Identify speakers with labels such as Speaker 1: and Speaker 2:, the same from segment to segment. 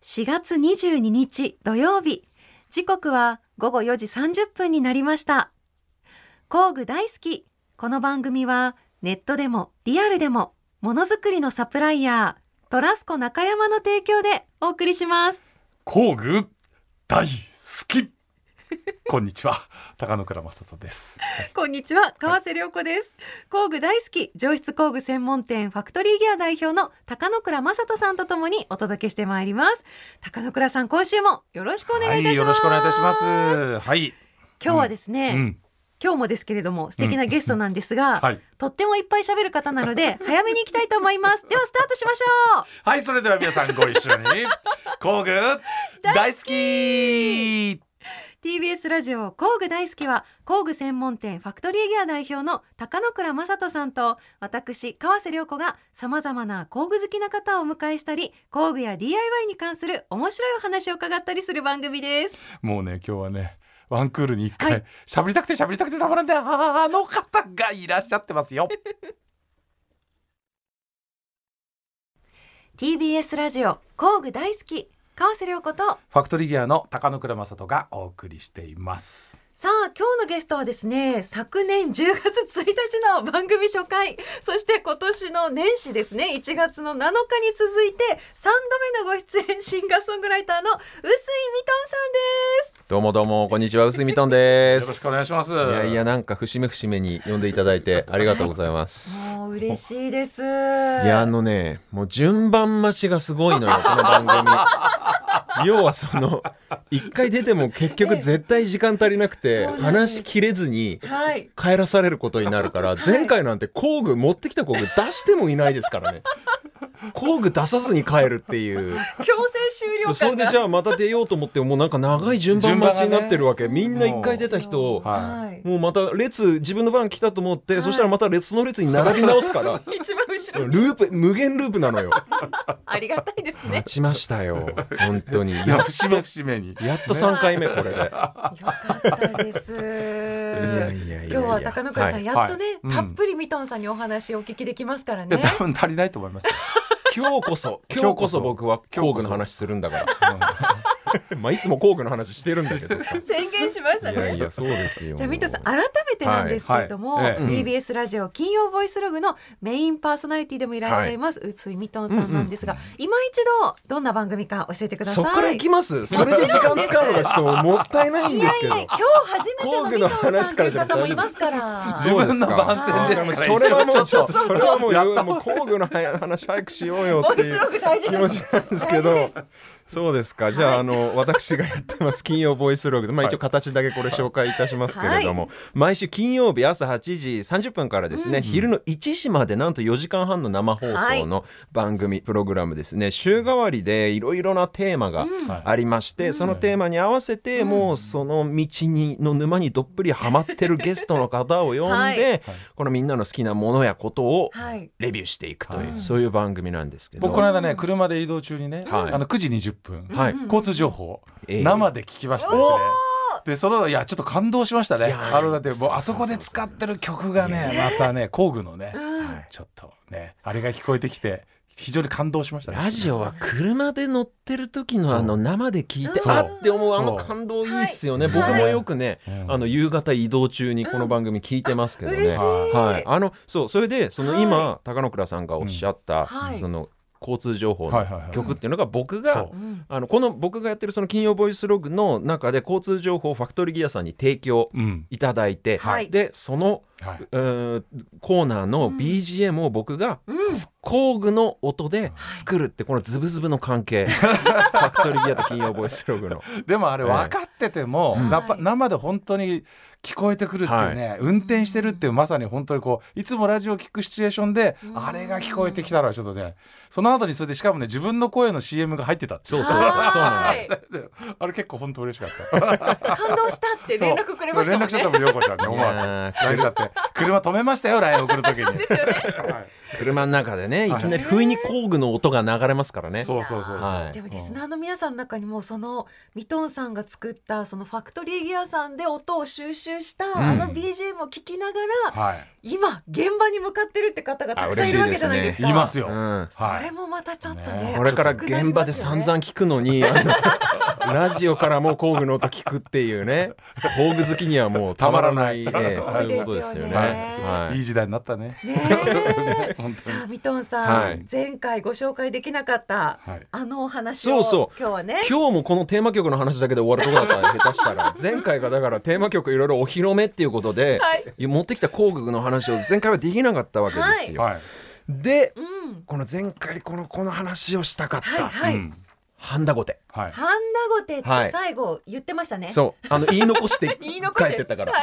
Speaker 1: 4月22日土曜日時刻は午後4時30分になりました工具大好きこの番組はネットでもリアルでもものづくりのサプライヤートラスコ中山の提供でお送りします
Speaker 2: 工具大好きこんにちは高野倉正人です
Speaker 1: こんにちは川瀬良子です、工具大好き上質工具専門店ファクトリーギア代表の高野倉正人さんとともにお届けしてまいります高野倉さん今週もよろしくお願いいたします、
Speaker 2: よろしくお願いいたしますはい、
Speaker 1: 今日はですね、
Speaker 2: うん
Speaker 1: 今日もですけれども素敵なゲストなんですが、
Speaker 2: はい
Speaker 1: とってもいっぱい喋る方なので早めに行きたいと思いますではスタートしましょう
Speaker 2: はいそれでは皆さんご一緒に工具大好き
Speaker 1: TBS ラジオ工具大好きは工具専門店ファクトリーギア代表の高野倉正人さんと私川瀬良子がさまざまな工具好きな方をお迎えしたり工具や DIY に関する面白いお話を伺ったりする番組です
Speaker 2: もうね今日はねワンクールに一
Speaker 1: は
Speaker 2: 回
Speaker 1: い
Speaker 2: 喋、りたくて喋りたくてたまらんであの方がいらっしゃってますよ
Speaker 1: TBS ラジオ工具大好き川瀬良子と
Speaker 2: ファクトリーギアの高野倉正人がお送りしています
Speaker 1: さあ今日のゲストはですね昨年10月1日の番組初回そして今年の年始ですね1月の7日に続いて3度目のご出演シンガーソングライターの臼井ミトンさんです
Speaker 3: どうもどうもこんにちは薄井みとんで
Speaker 2: よ
Speaker 3: す。
Speaker 2: ろしくお願いします
Speaker 3: いや いやなんか節目節目に呼んでいただ いてありがとうございます。
Speaker 1: もう嬉しいですい
Speaker 3: いやあのねもう順番待ちがすごいのよこの番組。 要はその一回出ても結局絶対時間足りなく
Speaker 1: ええ
Speaker 3: て
Speaker 1: そうなんです
Speaker 3: 話しきれずに
Speaker 1: はい
Speaker 3: 帰らされることになるから前回なんて工具持ってきた工具出してもいないですからね。工具出さずに帰るっていう。
Speaker 1: 強制終
Speaker 3: そ
Speaker 1: 了
Speaker 3: そ
Speaker 1: 感
Speaker 3: れで
Speaker 1: が
Speaker 3: じゃあまた出ようと思ってもうなんか長い順番待ちになってるわけ、
Speaker 1: 順番がね
Speaker 3: みんな一回出た人
Speaker 1: は
Speaker 3: を
Speaker 1: い
Speaker 2: は
Speaker 3: もうまた列自分の番来たと思って、
Speaker 1: はい
Speaker 3: そしたらまた列その列に並び直すから
Speaker 1: 一番後ろ
Speaker 3: ループ無限ループなのよ
Speaker 1: ありがたいですね
Speaker 3: 待ちましたよ本当に
Speaker 2: いや
Speaker 3: や
Speaker 2: 節目節目に
Speaker 3: やっと3回目これで、
Speaker 1: よかったです
Speaker 3: いやいやいやいや
Speaker 1: 今日は高野倉さん、
Speaker 3: はい
Speaker 1: やっとね、
Speaker 2: はいうん
Speaker 1: たっぷりミトンさんにお話をお聞きできますから
Speaker 2: いや
Speaker 1: ね
Speaker 2: 多分足りないと思いますよ
Speaker 3: 今日こそ今日こそ僕は工具の話するんだから まあいつも工具の話してるんだけどさい
Speaker 1: 宣言しましたね
Speaker 3: やいやそうですよ
Speaker 1: じゃあミトさん改めてなんですけれども、
Speaker 2: はいはいえ
Speaker 3: え
Speaker 1: TBS ラジオ金曜ボイスログのメインパーソナリティでもいらっしゃいます、宇津井ミトンさんなんですが、今一度どんな番組か教えてくださ
Speaker 3: そ
Speaker 1: い
Speaker 3: っから行きますそれで時間使うのがちょっともったいないんですけど
Speaker 1: いやいや今日初めてのミトンさんという方もいますから
Speaker 2: 自分の番宣ですから
Speaker 3: それはもうちょっ
Speaker 2: 一応
Speaker 3: とそれはもうもう工具の話早くしようよっていう
Speaker 1: ボイスログ大事
Speaker 3: 気
Speaker 1: で
Speaker 3: 持
Speaker 1: す
Speaker 3: ちなんですけ
Speaker 1: 大
Speaker 3: ど
Speaker 1: 事
Speaker 3: そうですかじゃあ,、あの私がやってます金曜ボイスログで、まあ、一応形だけこれ紹介いたしますけれども、毎週金曜日朝8時30分からですね、昼の1時までなんと4時間半の生放送の番組、プログラムですね週替わりでいろいろなテーマがありまして、そのテーマに合わせて、もうその道にの沼にどっぷりハマってるゲストの方を呼んで、
Speaker 1: はい
Speaker 3: このみんなの好きなものやことを
Speaker 1: はい
Speaker 3: レビューしていくという、
Speaker 2: はい
Speaker 3: そういう番組なんですけど
Speaker 2: 僕この間ね車で移動中にね、
Speaker 3: はい
Speaker 2: あの9時20分、
Speaker 3: はい
Speaker 2: 交通情報、
Speaker 3: ええ
Speaker 2: 生で聞きましたですねでそのいやちょっと感動しましたね
Speaker 3: いやー
Speaker 2: あのだっても
Speaker 3: そうう
Speaker 2: あそこで使ってる曲がねまたね工具のね、
Speaker 3: はい
Speaker 2: ちょっとねあれが聞こえてきて非常に感動しましたね
Speaker 3: ラジオは車で乗ってる時
Speaker 2: そう
Speaker 3: のあの生で聞いて
Speaker 2: そう
Speaker 3: あって思う
Speaker 2: そう
Speaker 3: あの感動いいっすよね、
Speaker 2: はい
Speaker 3: 僕もよくね、
Speaker 2: うん
Speaker 3: あの夕方移動中にこの番組聞いてますけどね、
Speaker 1: 嬉しい、
Speaker 2: は
Speaker 3: はい、あのそうそれでそ
Speaker 1: は
Speaker 3: の
Speaker 1: い
Speaker 3: 今、高野倉さんがおっしゃった、
Speaker 1: はい
Speaker 3: その交通情報
Speaker 2: はい
Speaker 3: の
Speaker 2: はいはい
Speaker 3: 曲っていうのが僕
Speaker 2: そ
Speaker 3: が、
Speaker 2: う
Speaker 1: うん
Speaker 3: あのこの僕がやってるその金曜ボイスログの中で交通情報をファクトリーギアさんに提供
Speaker 2: うん
Speaker 3: いただいて、
Speaker 1: はい
Speaker 3: でその
Speaker 2: はいう
Speaker 3: ーんコーナーの BGM を僕が、
Speaker 1: うん
Speaker 3: 工具の音で作るってこのズブズブの関 係ファクトリーギアと金曜ボイスログの
Speaker 2: でもあれ
Speaker 3: ええ
Speaker 2: 分かってても、
Speaker 3: うん
Speaker 2: やっぱ生で本当に聞こえてくるっていうね、運転してるっていうまさに本当にこういつもラジオを聞くシチュエーションで、あれが聞こえてきたらちょっとねその後にそれでしかもね自分の声の CM が入ってたっていう
Speaker 3: そうそうそうそうな
Speaker 1: は
Speaker 3: ん
Speaker 1: い
Speaker 2: あれ結構本当嬉しかった。
Speaker 1: 感動したって連絡くれましたもん
Speaker 2: そう連絡しちゃっ
Speaker 1: ね
Speaker 2: たもん、りょうこちゃんね、思わず。
Speaker 3: いやー
Speaker 2: LINE しちゃって。って車止めましたよ LINE 送るとき に、
Speaker 3: 車の中でねいきなり不意に工具の音が流れますからね、
Speaker 2: そうそうそうそう、
Speaker 3: はい
Speaker 1: でもリスナーの皆さんの中にもそのミトンさんが作ったそのファクトリーギアさんで音を収集したあの BGM を聞きながら、
Speaker 2: はい
Speaker 1: 今現場に向かってるって方がたくさんいるわけじゃないですか。
Speaker 2: いますよ、
Speaker 3: うん
Speaker 1: そ
Speaker 2: は
Speaker 1: れ
Speaker 2: い
Speaker 1: もまたちょっとね熱くなりますよ
Speaker 2: ね
Speaker 1: ね
Speaker 3: これから現場で散々聞くのに、あ のラジオからも工具の音聞くっていうね工具好きにはもうたまらない、
Speaker 2: たまらな い
Speaker 3: ええそういうことですよ
Speaker 1: そうですよ
Speaker 3: ね。
Speaker 1: ね
Speaker 3: はい
Speaker 2: いい時代になったね
Speaker 1: ねえ
Speaker 2: 本当
Speaker 1: さ
Speaker 2: に
Speaker 1: あミトンさん、
Speaker 3: はい
Speaker 1: 前回ご紹介できなかった、
Speaker 2: はい
Speaker 1: あのお話を
Speaker 3: そうそう
Speaker 1: 今日はね
Speaker 3: 今日もこのテーマ曲の話だけで終わるとこだったら下手し たら前回がだからテーマ曲いろいろお披露目っていうことで、
Speaker 1: はい
Speaker 3: 持ってきた工具の話を前回はできなかったわけですよ。
Speaker 2: はい、
Speaker 3: で
Speaker 1: うん
Speaker 3: この前回このこの話をしたかっ
Speaker 1: はい
Speaker 3: た、
Speaker 1: はい、
Speaker 2: うん
Speaker 3: ハンダゴテ
Speaker 2: はい
Speaker 1: ハンダゴテって
Speaker 3: はい
Speaker 1: 最後言ってましたね、
Speaker 3: そうあの言い残して
Speaker 1: 言い残し
Speaker 3: 帰ってったから、
Speaker 1: は、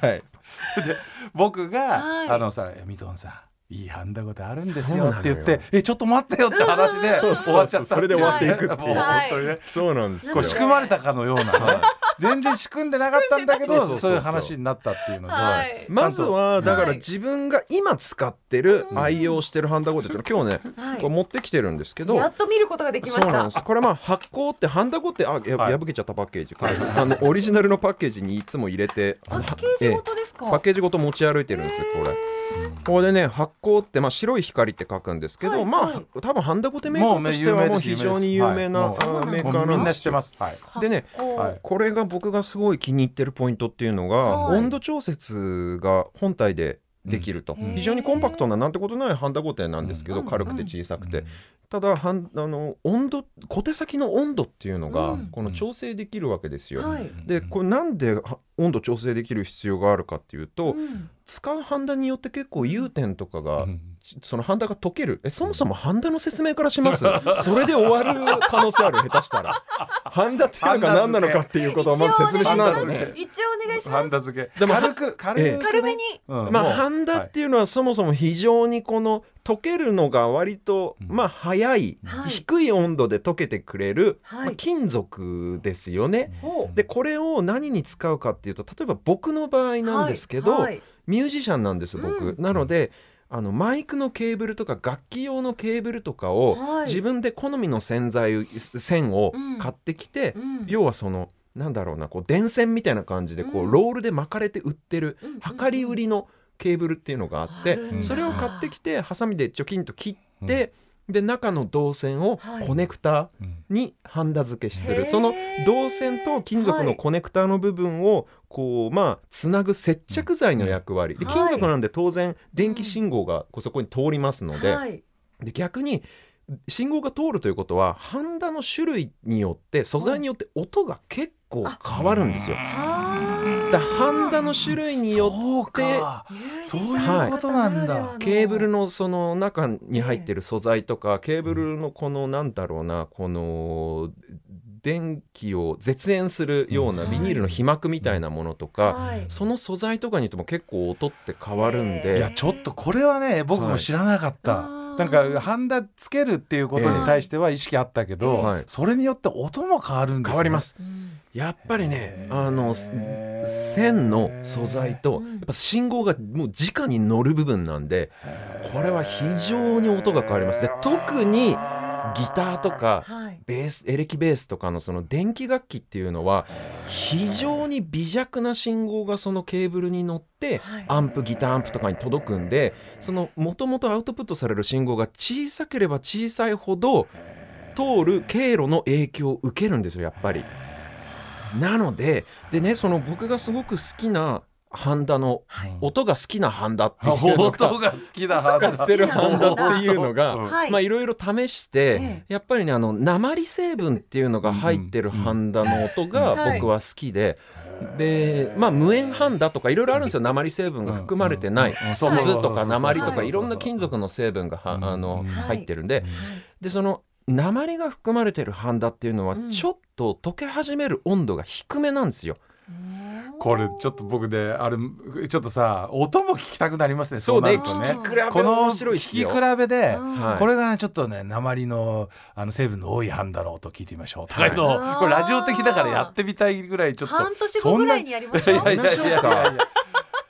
Speaker 3: はいい、
Speaker 2: 僕が、
Speaker 1: はい
Speaker 2: あのさ「ミトンさんいいハンダゴテあるんです
Speaker 3: そう
Speaker 2: よ」
Speaker 3: なの
Speaker 2: って
Speaker 3: よ
Speaker 2: 言って「えちょっと待ってよ」って話で
Speaker 3: そうそう
Speaker 2: 終わっちゃった
Speaker 3: それで終
Speaker 1: わってい
Speaker 3: くっていう
Speaker 2: もう本当にね、
Speaker 3: そうなんです
Speaker 2: こ
Speaker 3: よ
Speaker 2: う。仕組まれたかのような、全然仕組んでなかったんだけ
Speaker 3: 仕組んでな
Speaker 2: ど
Speaker 3: い
Speaker 2: そういう話になったっていうので、
Speaker 1: はい
Speaker 3: まずはだから
Speaker 1: はい
Speaker 3: 自分が今使ってる愛用してるハンダゴテっていうの今日ね
Speaker 1: はい
Speaker 3: これ持ってきてるんですけど
Speaker 1: やっと見ることができま
Speaker 3: そ
Speaker 1: し
Speaker 3: う
Speaker 1: た
Speaker 3: なんですこれまあ発酵ってハンダゴテあや
Speaker 2: はい
Speaker 3: 破けちゃったパッケージこれあのオリジナルのパッケージにいつも入れて
Speaker 1: パ
Speaker 3: あの
Speaker 1: ッケージごとですか、
Speaker 3: パッケージごと持ち歩いてるんですよこれ。これでね発光って、まあ、白い光って書くんですけど、
Speaker 1: はい
Speaker 3: まあ、
Speaker 1: はい
Speaker 3: 多分ハンダゴテメーカーとしてはもう非常に有名な、
Speaker 2: もう
Speaker 1: 有名で
Speaker 3: メ
Speaker 1: す
Speaker 3: ーカ
Speaker 2: も
Speaker 3: ー
Speaker 2: う
Speaker 3: なんです
Speaker 2: み
Speaker 3: よ
Speaker 2: んな知ってます、はい、
Speaker 3: でね
Speaker 1: 発酵
Speaker 2: はい
Speaker 3: これが僕がすごい気に入ってるポイントっていうのが
Speaker 1: はい
Speaker 3: 温度調節が本体でできると、
Speaker 1: うん
Speaker 3: 非常にコンパクトななんてことないハンダゴテなんですけど、
Speaker 1: うん
Speaker 3: 軽くて小さくて、ただはんあの温度小手先の温度っていうのが、
Speaker 1: うん
Speaker 3: この調整できるわけですよ。
Speaker 1: はい、
Speaker 3: でこれなんでは温度調整できる必要があるかっていう
Speaker 1: う
Speaker 3: と、
Speaker 1: ん
Speaker 3: 使うハンダによって結構融点とかが、
Speaker 2: うん
Speaker 3: ちそのハンダが溶けるえそもそもハンダの説明からします それで終わる可能性ある下手したらハンダっていうのが何なのかっていうことをまず説明しないとね
Speaker 1: 一応お願いし
Speaker 2: ハ
Speaker 1: ま
Speaker 2: ン
Speaker 1: す
Speaker 2: ダ付け
Speaker 3: でも
Speaker 2: 軽く軽く、
Speaker 3: ええ
Speaker 1: 軽めに
Speaker 2: うん
Speaker 3: ま
Speaker 2: も
Speaker 3: あ
Speaker 2: う
Speaker 3: ハンダ
Speaker 2: は
Speaker 3: っ
Speaker 2: い
Speaker 3: ていうのはそもそも非常にこの溶けるのが割と
Speaker 2: うん
Speaker 3: まあ早い、
Speaker 1: はい
Speaker 3: 低い温度で溶けてくれる、
Speaker 1: はい
Speaker 3: まあ金属ですよね。
Speaker 1: ほう
Speaker 3: でこれを何に使うかっていうと例えば僕の場合なんですけど、
Speaker 1: はいはい
Speaker 3: ミュージシャンなんです僕、なのであのマイクのケーブルとか楽器用のケーブルとかを、
Speaker 1: はい
Speaker 3: 自分で好みの洗剤を線を
Speaker 1: うん
Speaker 3: 買ってきて、
Speaker 1: うん
Speaker 3: 要はそのなんだろうなこう電線みたいな感じでこう、
Speaker 1: うん
Speaker 3: ロールで巻かれて売ってる
Speaker 1: うんうんうん
Speaker 3: 量り売りのケーブルっていうのがあって、
Speaker 1: あるんだ
Speaker 3: それを買ってきてハサミでチョキンと切って、で中の導線を
Speaker 1: はい
Speaker 3: コネクター、
Speaker 2: うん
Speaker 3: にハンダ付けす
Speaker 1: へー
Speaker 3: るその銅線と金属のコネクターの部分をこうまあつなぐ接着剤の役割、で
Speaker 1: はい
Speaker 3: 金属なんで当然電気信号がこうそこに通りますので,、
Speaker 1: はい
Speaker 3: で逆に信号が通るということはハンダの種類によって素材によって音が結構変わるんですよ。
Speaker 1: あ
Speaker 3: だハンダの種類によって
Speaker 2: そうかそういうことなんだ
Speaker 3: ケーブルのその中に入ってる素材とか、ケーブルのこのなんだろうなこの電気を絶縁するような
Speaker 1: うん
Speaker 3: ビニールの被膜みたいなものとか、
Speaker 1: はい
Speaker 3: その素材とかによっても結構音って変わるん
Speaker 1: ええ
Speaker 2: い
Speaker 3: で、
Speaker 2: やちょっとこれはね僕も知らなかった、
Speaker 1: はい
Speaker 2: なんかハンダつけるっていうことに対しては意識あったけど、
Speaker 3: はい
Speaker 2: それによって音も変わるんです、ね、
Speaker 3: 変わります
Speaker 1: うん
Speaker 3: やっぱりね
Speaker 2: へー
Speaker 3: あの線の素材と
Speaker 1: うん
Speaker 3: やっぱ信号がもう直に乗る部分なんでこれは非常に音が変わりますで特にギターとか
Speaker 1: はい
Speaker 3: ベースエレキベースとかのその電気楽器っていうのは非常に微弱な信号がそのケーブルに乗って
Speaker 1: はい
Speaker 3: アンプギターアンプとかに届くんでそのもともとアウトプットされる信号が小さければ小さいほど通る経路の影響を受けるんですよやっぱり。なのででねその僕がすごく好きなハンダの音が好きなハンダっていうのが
Speaker 2: 音が好きだハン
Speaker 3: 使
Speaker 2: ダ
Speaker 3: ってるハンダっていうのが
Speaker 2: うん
Speaker 1: はい
Speaker 3: まあいろいろ試し
Speaker 1: え
Speaker 3: て、やっぱりねあの鉛成分っていうのが入ってるハンダの音
Speaker 1: うんうん
Speaker 3: が僕は好きで、でまあ無塩ハンダとかいろいろあるんですよ鉛成分が含まれてない
Speaker 2: うんうん
Speaker 1: そうそうそう
Speaker 3: 筒とか鉛と
Speaker 1: そうそう
Speaker 3: か
Speaker 1: そう
Speaker 3: いろんな金属の成分がは
Speaker 2: うん
Speaker 3: あの
Speaker 2: はい
Speaker 3: 入ってるん
Speaker 1: は
Speaker 3: で
Speaker 1: い
Speaker 3: でその鉛が含まれてるハンダっていうのは
Speaker 1: うん
Speaker 3: ちょっと溶け始める温度が低めなんですよ。
Speaker 2: これちょっと僕であれちょっとさ音も聞きたくなりますねそうな
Speaker 1: ね
Speaker 2: るとね
Speaker 1: 聞き比
Speaker 2: この
Speaker 3: 白い
Speaker 2: 聞
Speaker 3: っす
Speaker 2: き
Speaker 3: よ
Speaker 2: 比べで
Speaker 1: うん
Speaker 3: はい
Speaker 2: これがねちょっとね鉛のあの成分の多いハンダの音聞いてみましょうとかいうのを
Speaker 1: はい
Speaker 2: これラジオ的だからやってみたいぐらいちょっと
Speaker 1: 半年後ぐらいにやりましょう
Speaker 2: いやいやいやいやいや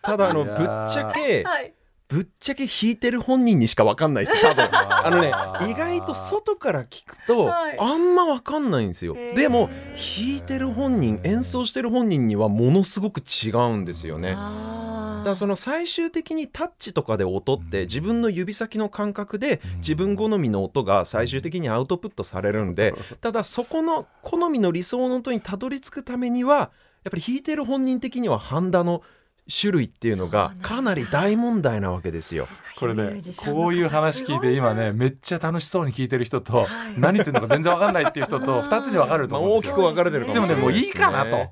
Speaker 3: ただあの
Speaker 2: い
Speaker 3: ぶっ
Speaker 2: や
Speaker 3: ち
Speaker 2: ー
Speaker 3: ゃけ
Speaker 1: はい
Speaker 3: ぶっちゃけ弾いてる本人にしかわかんないです多分あのね意外と外から聞くと
Speaker 1: はい
Speaker 3: あんまわかんないんですよ、
Speaker 1: へー
Speaker 3: でも弾いてる本人演奏してる本人にはものすごく違うんですよね
Speaker 1: あ
Speaker 3: だから
Speaker 1: ー
Speaker 3: その最終的にタッチとかで音って自分の指先の感覚で自分好みの音が最終的にアウトプットされるん でただそこの好みの理想の音にたどり着くためにはやっぱり弾いてる本人的にはハンダの種類っていうの
Speaker 1: そ
Speaker 3: が
Speaker 1: うなんだ
Speaker 3: かなり大問題なわけですよ。
Speaker 2: これ
Speaker 1: ミュ
Speaker 2: ね
Speaker 1: ージシャンの方
Speaker 2: こういう話聞いて今ねめっちゃ楽しそうに聞いてる人と
Speaker 1: はい
Speaker 2: 何言ってるのか全然わかんないっていう人と2つに分かれると
Speaker 3: まあ、
Speaker 2: 思うんです
Speaker 3: 大き
Speaker 2: よ
Speaker 3: く分かれてるか
Speaker 2: でも
Speaker 3: もし
Speaker 2: ね
Speaker 3: れない
Speaker 2: もういい
Speaker 3: す
Speaker 2: かなとも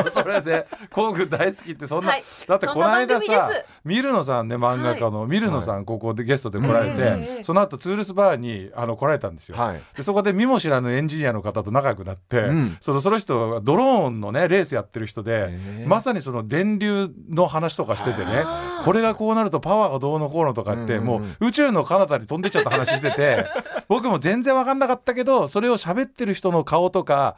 Speaker 2: うそれで工具大好きってそんな、
Speaker 1: はい
Speaker 2: だってこの間
Speaker 1: そんな番
Speaker 2: さ
Speaker 1: 組です
Speaker 2: ミルノさんね漫画家の、ミルノさんここでゲストで来られて、
Speaker 1: ええええ
Speaker 2: その後ツールスバーにあの来られたんですよ。
Speaker 3: はい。
Speaker 2: でそこで見も知らぬエンジニアの方と仲良くなって、
Speaker 3: うん
Speaker 2: そのその人はドローンのねレースやってる人で
Speaker 3: へえ
Speaker 2: まさにその電流の話とかしててね
Speaker 1: あー
Speaker 2: これがこうなるとパワーがどうのこうのとかって、
Speaker 3: うんうんう
Speaker 2: も
Speaker 3: ん
Speaker 2: う宇宙の彼方に飛んでっちゃった話して て僕も全然分かんなかったけどそれを喋ってる人の顔とか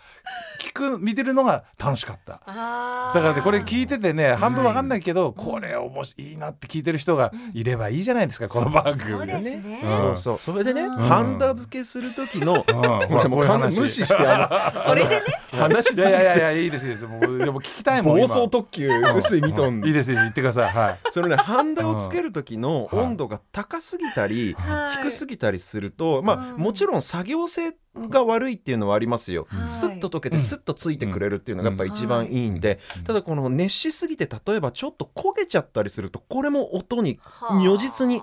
Speaker 2: 聞く見てるのが楽しかった。
Speaker 1: あー
Speaker 2: だからねこれ聞いててね半分わかんないけど、これおもしいいなって聞いてる人がいればいいじゃないですか、この番組
Speaker 1: そうですね
Speaker 2: うん
Speaker 3: そうそうそれでね、
Speaker 1: うん
Speaker 3: ハンダ付けする時の、
Speaker 2: うん、
Speaker 3: これもう
Speaker 2: こい
Speaker 3: 完全に無視してあ
Speaker 1: それでね
Speaker 3: の話し
Speaker 2: い
Speaker 3: 続
Speaker 2: やい
Speaker 3: け
Speaker 2: やいやい
Speaker 3: て
Speaker 2: やいいですいいですもうでも聞きたいもん
Speaker 3: 暴
Speaker 2: 今
Speaker 3: 走特急
Speaker 2: うん
Speaker 3: 薄いミトン
Speaker 2: いいですいいです言ってくださいはい
Speaker 3: そのねハンダをつける時の
Speaker 2: うん
Speaker 3: 温度が高すぎたり
Speaker 1: はい
Speaker 3: 低すぎたりするとま
Speaker 1: う
Speaker 3: あ
Speaker 1: ん
Speaker 3: もちろん作業性が悪いっていうのはありますよ
Speaker 1: はい
Speaker 3: スッと溶けてスッとついてくれるっていうのがやっぱ一番いいんで
Speaker 2: うん
Speaker 3: ただこの熱しすぎて例えばちょっと焦げちゃったりするとこれも音に
Speaker 1: はあ
Speaker 3: 如実に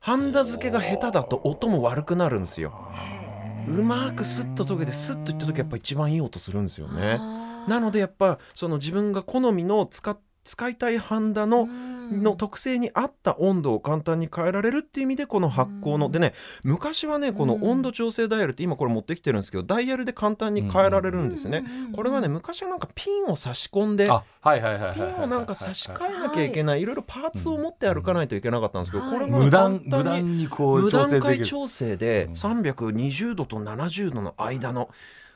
Speaker 3: ハンダ付けが下手だと音も悪くなるんですようまくスッと溶けてスッといった時やっぱ一番いい音するんですよね
Speaker 1: あー
Speaker 3: なのでやっぱその自分が好みの使っ使いたいハンダの
Speaker 1: うん
Speaker 3: の特性に合った温度を簡単に変えられるっていう意味でこの発酵の、
Speaker 1: うん
Speaker 3: でね昔はねこの温度調整ダイヤルって今これ持ってきてるんですけどダイヤルで簡単に変えられるんですね、
Speaker 1: うんうんうん
Speaker 3: これはね昔はなんかピンを差し込んで
Speaker 2: あはいはいはいはい
Speaker 3: ピンをなんか差し
Speaker 2: え
Speaker 3: 替えなきゃいけないいろいろパーツを持って歩かないといけなかったんですけど
Speaker 1: はい
Speaker 3: これが
Speaker 2: 無断
Speaker 3: 簡
Speaker 2: 無
Speaker 3: 単
Speaker 2: 断に
Speaker 3: に
Speaker 2: こう
Speaker 3: 無
Speaker 2: 調
Speaker 3: 段
Speaker 2: 整で
Speaker 3: 階
Speaker 2: きる
Speaker 3: 調整で
Speaker 2: うん
Speaker 3: 320度と70度の間の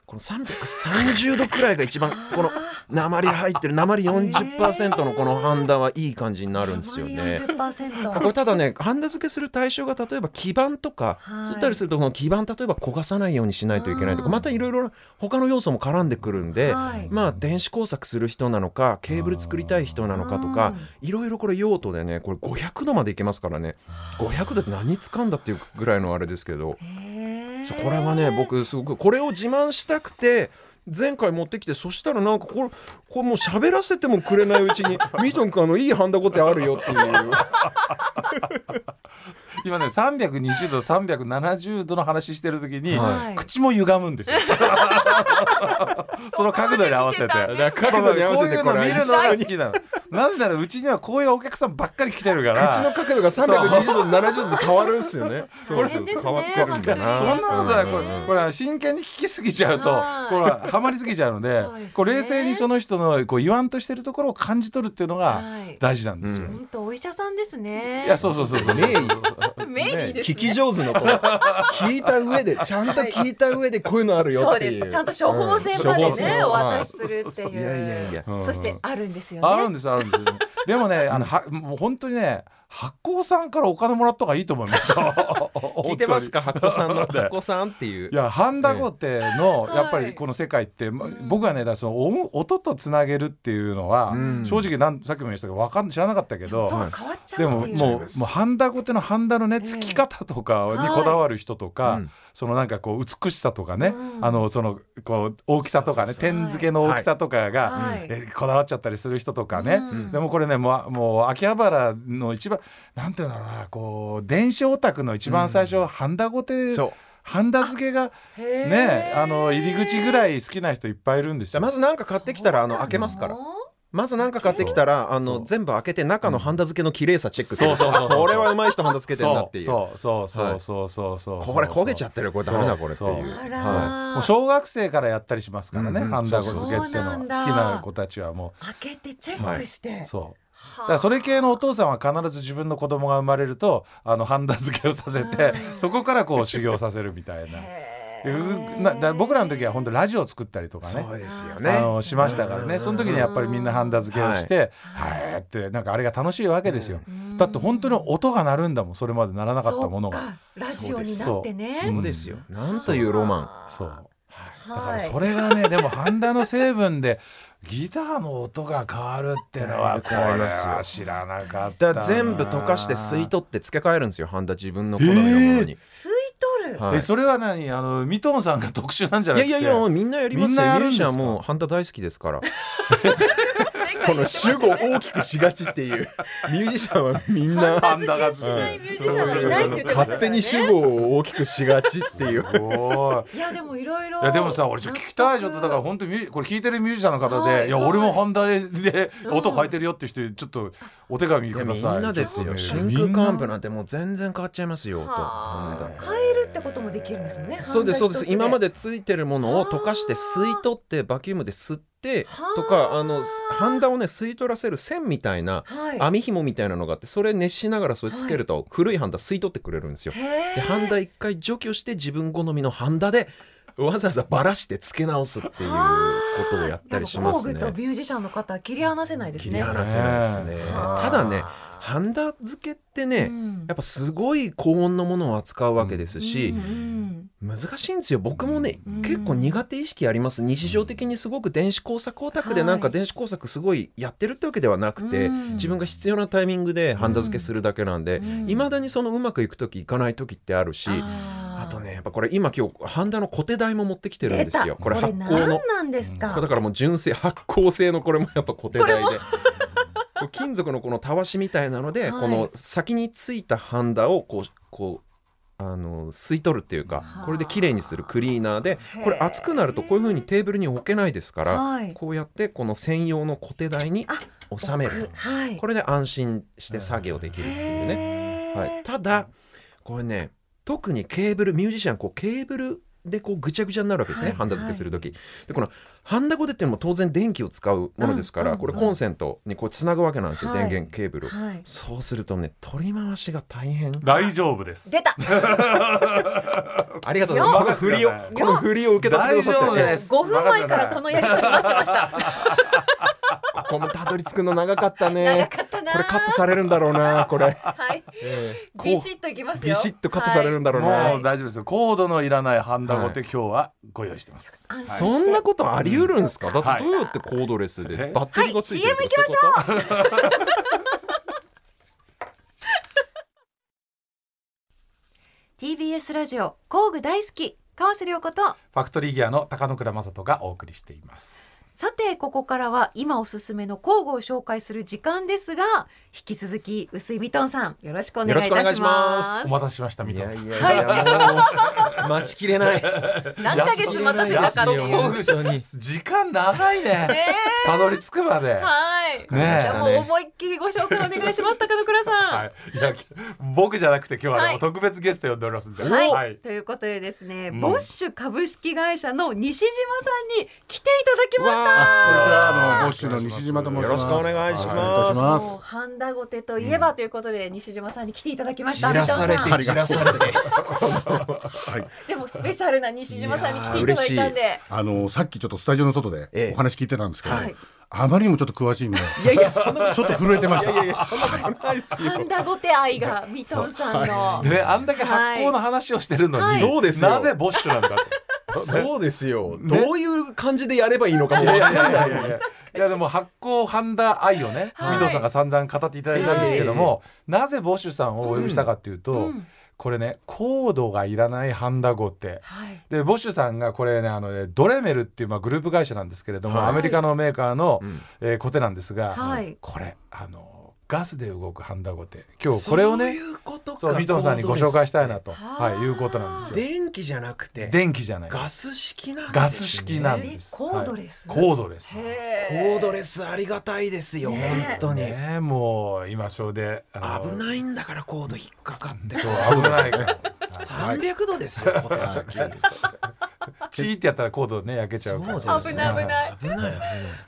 Speaker 3: この330度くらいが一番この鉛入ってる鉛40%のこのハンダはいい感じになるんですよね。これ
Speaker 1: 40%
Speaker 3: ただねハンダ付けする対象が例えば基板とか、
Speaker 1: はい
Speaker 3: そういったりするとこの基板例えば焦がさないようにしないといけないとか
Speaker 1: うん
Speaker 3: またいろいろ他の要素も絡んでくるんで、
Speaker 1: はい
Speaker 3: まあ電子工作する人なのかケーブル作りたい人なのかとかいろいろこれ用途でねこれ500度までいけますからね500度って何掴んだっていうぐらいのあれですけど、
Speaker 1: へー
Speaker 3: そうこれはね僕すごくこれを自慢したくて。前回持ってきてそしたらなんかこれこれもう喋らせてもくれないうち に「ミトン君あのいいハンダゴテあるよ」っていう
Speaker 2: 今ね320度370度の話してる時に、
Speaker 1: はい
Speaker 2: 口も歪むんですよその角度に合わ せて
Speaker 1: そう
Speaker 3: だから角度に合わせて
Speaker 2: こ
Speaker 3: こ
Speaker 2: う
Speaker 3: れ
Speaker 2: いうの見るのが好きなのなぜならうちにはこういうお客さんばっかり来てるから
Speaker 3: 口の角度が320度と70度で変わるんですよね。
Speaker 1: そうですね
Speaker 3: 変わってるんだな。
Speaker 2: そんなことはこれ
Speaker 3: うん
Speaker 2: これは真剣に聞きすぎちゃうと
Speaker 1: はい
Speaker 2: これはハマりすぎちゃうので
Speaker 1: そうですね
Speaker 2: こう冷静にその人のこう言わんとしてるところを感じ取るっていうのが
Speaker 1: はい
Speaker 2: 大事なんですよ。
Speaker 3: うん
Speaker 1: 本当お医者さんですね
Speaker 2: いやそうそうそうそう。
Speaker 3: ねえ
Speaker 1: メイリーですね
Speaker 3: 聞き上手の子。聞いた上で、ちゃんと聞いた上で、こういうのあるよ
Speaker 1: そう
Speaker 3: ってい
Speaker 1: で
Speaker 3: う。
Speaker 1: すちゃんと処方箋ま
Speaker 3: うん
Speaker 1: で
Speaker 3: 処方箋
Speaker 1: ねお渡しするって
Speaker 3: はい
Speaker 1: いう
Speaker 3: いやいやいや。
Speaker 2: うん
Speaker 1: そしてあるんですよね
Speaker 2: あるんですあるんですよ。でもねあのはもう本当にね発行さんからお金もらった方がいいと思いますよ。聞
Speaker 3: 聞いてますか、箱さんの。
Speaker 2: 本当に
Speaker 3: 箱さんっていう
Speaker 2: い。やハンダゴテの
Speaker 1: ええ
Speaker 2: やっぱりこの世界って、ま
Speaker 1: うん
Speaker 2: 僕はねだからその音音とつなげるっていうのは、
Speaker 3: うん
Speaker 2: 正直なんさっきも言いましたけどわかん知らなかったけど、
Speaker 1: 音が変わっち
Speaker 2: で
Speaker 1: ゃうっ
Speaker 2: も
Speaker 1: ていう
Speaker 2: もうも
Speaker 3: 違います
Speaker 2: うハンダゴテのハンダのねつき方とかにこだわる人とか、
Speaker 3: はいうん
Speaker 2: そのなんかこう美しさとか
Speaker 1: う
Speaker 2: ね、
Speaker 1: ん
Speaker 2: あのそのこう大きさとかね
Speaker 3: そうそうそう
Speaker 2: 点付けの大きさとかが、
Speaker 1: はい
Speaker 2: えこだわっちゃったりする人とかね、
Speaker 1: うん
Speaker 2: でもこれねもうもう秋葉原の一番なんていうんだろうなこう電子オタクの一番最初、ハンダゴテ
Speaker 3: そう。
Speaker 2: ハンダ付けが
Speaker 1: へー
Speaker 2: ねあの入り口ぐらい好きな人いっぱいいるんです
Speaker 3: じゃあ
Speaker 2: よ。
Speaker 3: まずなんか買ってきたら、あの、開けますから。まずなんか買ってきたら、あ
Speaker 2: そ
Speaker 3: の、
Speaker 2: う
Speaker 3: 全部開けて、中のハンダ付けの綺麗さチェックす
Speaker 2: そう
Speaker 3: る。
Speaker 2: そうそうそう
Speaker 3: これはうまい人ハンダ付けてんなっていう。
Speaker 2: そうそうそうそうそうそうそう
Speaker 3: これ焦げちゃってる、これダメ
Speaker 2: そ
Speaker 3: だ、
Speaker 2: う
Speaker 3: これっていう。
Speaker 1: あ
Speaker 2: そう
Speaker 1: ら
Speaker 2: もう小学生からやったりしますからね、
Speaker 3: うんうん
Speaker 2: ハンダゴ付けっていうのは
Speaker 1: そうそ
Speaker 2: 好
Speaker 1: う
Speaker 2: きな子たちはも
Speaker 1: 開けてチェックして、
Speaker 2: うそうだ
Speaker 1: はあ
Speaker 2: からそれ系のお父さんは必ず自分の子供が生まれるとあのハンダ付けをさせて
Speaker 1: うん
Speaker 2: そこからこう修行させるみたいな
Speaker 1: へ
Speaker 2: いうなだ僕らの時は本当ラジオを作ったりとかね
Speaker 3: そうですよ
Speaker 2: あ
Speaker 3: ね。
Speaker 2: のしましたからねその時にやっぱりみんなハンダ付けをして「
Speaker 1: は
Speaker 2: はい」ってなんかあれが楽しいわけですよ。
Speaker 1: うん
Speaker 2: だって本当に音が鳴るんだもんそれまで鳴らなかったもの
Speaker 1: そう
Speaker 2: が。
Speaker 1: かラジオになってね
Speaker 2: そう
Speaker 3: そうですよ。なんというロマ
Speaker 2: そう
Speaker 1: ン
Speaker 2: だからそれがねでもハンダの成分でギターの音が変わるってのはこれ
Speaker 3: 変わりますよ
Speaker 2: は知らなかっ
Speaker 3: ン。だ
Speaker 2: たな
Speaker 3: から全部溶かして吸い取って付け替えるんですよ。ハンダ自分の好みのものに。
Speaker 1: 吸い取る、
Speaker 3: はい
Speaker 2: えそれは何あのミトンさんが特殊なんじゃ
Speaker 3: い
Speaker 2: な
Speaker 3: や
Speaker 2: くて
Speaker 3: いやいやみんなやりま
Speaker 2: みん
Speaker 3: す
Speaker 2: な
Speaker 3: よ。
Speaker 2: や
Speaker 3: ミ
Speaker 2: る
Speaker 3: ュ
Speaker 2: ん
Speaker 3: ー
Speaker 2: です
Speaker 3: ジ
Speaker 2: か
Speaker 3: シャンもうハンダ大好きですから。この主語大きくしがちっていうミュージシャンはみんな
Speaker 2: ハンダが
Speaker 1: しないミュージシャンはいないって言ってました
Speaker 3: 勝
Speaker 1: からね
Speaker 3: 手に主語を大きくしがちっていう。
Speaker 2: すごい
Speaker 1: いやでもいろいろ
Speaker 2: いやでもさ俺ちょっと聞きたいちょっとだから本当にミューこれ聞いてるミュージシャンの方で、、
Speaker 1: はいい
Speaker 2: や
Speaker 1: はい
Speaker 2: 俺もハンダでで
Speaker 1: うん
Speaker 2: 音変えてるよって人ちょっとお手紙
Speaker 3: い
Speaker 2: く
Speaker 3: や
Speaker 2: だ
Speaker 3: みん
Speaker 2: さい
Speaker 3: なですよ。
Speaker 2: ちょっと
Speaker 3: 真
Speaker 2: ね
Speaker 3: 空管アン
Speaker 2: み
Speaker 3: プ
Speaker 2: んな
Speaker 3: なんてもう全然変わっちゃいますよと。ハンダ
Speaker 1: はあ変えるってこともできるんですよね
Speaker 3: そうですそうです今ま
Speaker 1: で
Speaker 3: でついてるものを溶かして
Speaker 1: あ
Speaker 3: 吸
Speaker 1: ー
Speaker 3: い取ってバキュームで吸って
Speaker 1: はー
Speaker 3: とかあのハンダをね吸い取らせる線みたいな
Speaker 1: はい
Speaker 3: 網紐みたいなのがあってそれ熱しながらそれつけると古いハンダ吸い取ってくれるんですよ。
Speaker 1: へ
Speaker 3: でハンダ一回除去して自分好みのハンダでわざわざバラして付け直すっていうことをやったりしますね
Speaker 1: 工。具とミュージシャンの方切り離せないです
Speaker 3: 切
Speaker 1: ね
Speaker 3: り離せないですね。
Speaker 1: はあ
Speaker 3: ただねハンダ付けってね、
Speaker 1: うん
Speaker 3: やっぱすごい高温のものを扱うわけですし、
Speaker 1: うんうん
Speaker 3: 難しいんですよ僕もね、
Speaker 1: うん
Speaker 3: 結構苦手意識あります日常的にすごく電子工作オタクで
Speaker 1: はい
Speaker 3: なんか電子工作すごいやってるってわけではなくて、
Speaker 1: うん
Speaker 3: 自分が必要なタイミングでハンダ付けするだけなんで
Speaker 1: うん
Speaker 3: いま、未だにそのうまくいく時いかない時ってあるし。あ
Speaker 1: あー
Speaker 3: とねやっぱこれ今今日ハンダの小手台も持ってきてるんですよ
Speaker 1: 出た
Speaker 3: これ発酵
Speaker 1: これ
Speaker 3: の
Speaker 1: 何なんですか
Speaker 3: これだからもう純正発酵性のこれもやっぱ固定台でこう金属のこのたわしみたいなので、
Speaker 1: はい
Speaker 3: この先についたハンダをこうこうあの吸い取るっていうか
Speaker 1: はあ
Speaker 3: これで綺麗にするクリーナーで
Speaker 1: へえ
Speaker 3: これ熱くなるとこういう風にテーブルに置けないですから、
Speaker 1: はい
Speaker 3: こうやってこの専用の固定台に収める
Speaker 1: はい
Speaker 3: これで安心して作業できるっていうね。
Speaker 1: ね
Speaker 3: はい、ただこれね特にケーブルミュージシャンこうケーブルでこうぐちゃぐちゃになるわけですね、
Speaker 1: はい
Speaker 3: ハンダ付けする時、でこのハンダゴテっていうのも当然電気を使うものですから、
Speaker 1: うん
Speaker 3: これ
Speaker 1: うん
Speaker 3: コンセントにこうつなぐわけなんですよ、
Speaker 1: はい
Speaker 3: 電源ケーブルを、
Speaker 1: はい
Speaker 3: そうするとね取り回しが大変
Speaker 2: 大丈夫です
Speaker 1: 出た
Speaker 3: ありがとうございますこの振りを
Speaker 2: よ
Speaker 3: この振りを受け取ってくだ
Speaker 2: 大
Speaker 3: さ
Speaker 2: 丈
Speaker 3: っ
Speaker 2: 夫
Speaker 3: て
Speaker 2: です
Speaker 1: 5分前からこのやり取り待ってました
Speaker 3: ここもたどり着くの長かったね
Speaker 1: 長かったな
Speaker 3: これカットされるんだろうなこれ
Speaker 1: はい
Speaker 2: こう
Speaker 1: ビシッといきますよ
Speaker 3: ビシッとカットされるんだろうな、
Speaker 1: はい
Speaker 2: もう大丈夫ですよコードのいらないハンダごて、今日はご用意してます
Speaker 1: 安心
Speaker 3: そんなことあり得るんですか、だっ
Speaker 2: は
Speaker 3: て
Speaker 2: い
Speaker 3: どうやってコードレス
Speaker 2: は
Speaker 3: で
Speaker 2: い
Speaker 3: バッテリーがついてるとか、
Speaker 1: はい
Speaker 3: そういうこと
Speaker 1: して TBS ラジオ工具大好き川瀬良子と
Speaker 2: ファクトリーギアの高野倉正人がお送りしています
Speaker 1: さてここからは今おすすめの工具を紹介する時間ですが引き続き薄井ミトンさんよろしくお願いいたします
Speaker 2: お待たせしました三
Speaker 3: い
Speaker 2: 藤
Speaker 3: や
Speaker 2: さん
Speaker 3: いやいやもう 待ちきれない。
Speaker 1: 何ヶ月待たせたかっていう
Speaker 2: やっと
Speaker 3: 本当に。
Speaker 2: 時間長いね
Speaker 1: ね
Speaker 2: たどり着くまで
Speaker 1: はい
Speaker 2: ねえ
Speaker 1: じゃあもう思いっきりご紹介お願いします高野倉さん
Speaker 2: はい、いやき僕じゃなくて今日は、ね
Speaker 1: はい
Speaker 2: 特別ゲスト呼んでおりますんで、
Speaker 1: はい、
Speaker 2: はい
Speaker 1: ということでですね、
Speaker 2: うん
Speaker 1: ボッシュ株式会社の西島さんに来ていただきまし
Speaker 3: わ
Speaker 4: こんにち
Speaker 1: た
Speaker 4: は、あの、ボッシュの西島と申します。
Speaker 3: よろしくお願いします
Speaker 4: お願いいたしま
Speaker 1: もう
Speaker 4: す。
Speaker 1: ハンダゴテといえばということで、西島さんに来ていただきました
Speaker 3: 散らされ
Speaker 1: 三田
Speaker 3: て
Speaker 1: さ
Speaker 4: あり
Speaker 3: 散
Speaker 4: が
Speaker 3: らされ
Speaker 4: とう
Speaker 3: て。
Speaker 4: はい、
Speaker 1: んでもスペシャルな西島さんに来ていただいたんで
Speaker 4: あの、さっきちょっとスタジオの外
Speaker 3: ええ
Speaker 4: で、お話聞いてたんですけど
Speaker 1: はい。
Speaker 4: あまりにもちょっと詳しいんで、
Speaker 3: いやいやそんな
Speaker 4: ちょっと震えてまし
Speaker 3: い
Speaker 4: た。
Speaker 3: やいやそんなことないですよ。
Speaker 1: ハンダゴテ愛がミトンさんの、
Speaker 2: でねあんだけ発酵の話をしてるのに、
Speaker 1: はい
Speaker 3: そうですよ
Speaker 2: なぜボッシュなんだと
Speaker 3: そうですよ。どういう感じでやればいいのかも
Speaker 2: いやい
Speaker 3: わか
Speaker 2: や
Speaker 3: ん
Speaker 2: い
Speaker 3: ない。
Speaker 2: やいやいやいやでも発酵ハンダ愛をね、
Speaker 1: はい
Speaker 2: 水戸さんが散々語っていただいたんですけども、なぜボッシュさんをお呼びしたかっていうと、
Speaker 1: うん
Speaker 2: これねコードがいらないハンダ語って
Speaker 1: はい
Speaker 2: でボッシュさんがこれねあのねドレメルっていうまあグループ会社なんですけれども、
Speaker 3: はい
Speaker 2: アメリカのメーカーの、
Speaker 3: うん
Speaker 2: えーコテなんですが、
Speaker 1: はい
Speaker 2: これあのガスで動くハンダゴテ今日これをね
Speaker 3: そういうことか
Speaker 2: そうミトンさんにご紹介したいなと、
Speaker 1: は
Speaker 2: はいい、いうことなんですよ。
Speaker 3: 電気じゃなくて
Speaker 2: 電気じゃない
Speaker 3: ガス式なんですね。
Speaker 2: ガス式なん
Speaker 1: で
Speaker 2: です。
Speaker 1: コードレス
Speaker 2: はいコードレス。
Speaker 1: へ
Speaker 3: コードレスありがたいですよ
Speaker 1: ね
Speaker 3: 本当に。
Speaker 2: ねえもう今小であの
Speaker 3: 危ないんだからコード引っかかって。
Speaker 2: そう危ないから。
Speaker 4: はい
Speaker 3: 300度ですよ小手先。
Speaker 2: チーってやったらコードね焼けちゃうから
Speaker 1: そうですね危ない危ない
Speaker 3: 危ない危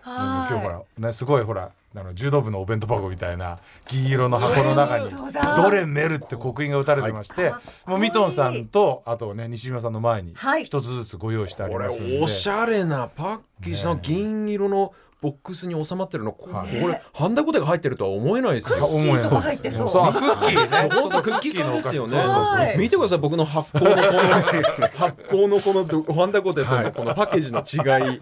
Speaker 2: 今
Speaker 1: は
Speaker 2: 日ほ
Speaker 1: い。
Speaker 2: ら、ね、すごいほらあの柔道部のお弁当箱みたいな銀色の箱の中に
Speaker 1: 本当
Speaker 2: 「
Speaker 1: だ
Speaker 2: どれメル」って刻印が打たれてまして、
Speaker 1: はいかっこいい
Speaker 2: もうミトンさんとあとね西島さんの前に
Speaker 1: はい
Speaker 2: 一つずつご用意してあり
Speaker 3: これ
Speaker 2: ますんで、
Speaker 3: おしゃれなパッケージの銀色のボックスに収まってるのここ
Speaker 2: はい
Speaker 3: れハンダコテが入ってるとは思えないですよ。
Speaker 2: 思えない
Speaker 1: とか入ってそう
Speaker 2: クッキーね
Speaker 3: 本当クッキー缶ですよね
Speaker 2: そうそうそう
Speaker 1: はい
Speaker 3: 見てください僕の発酵のこ の発酵のこのどハンダコテとのこのパッケージの違い、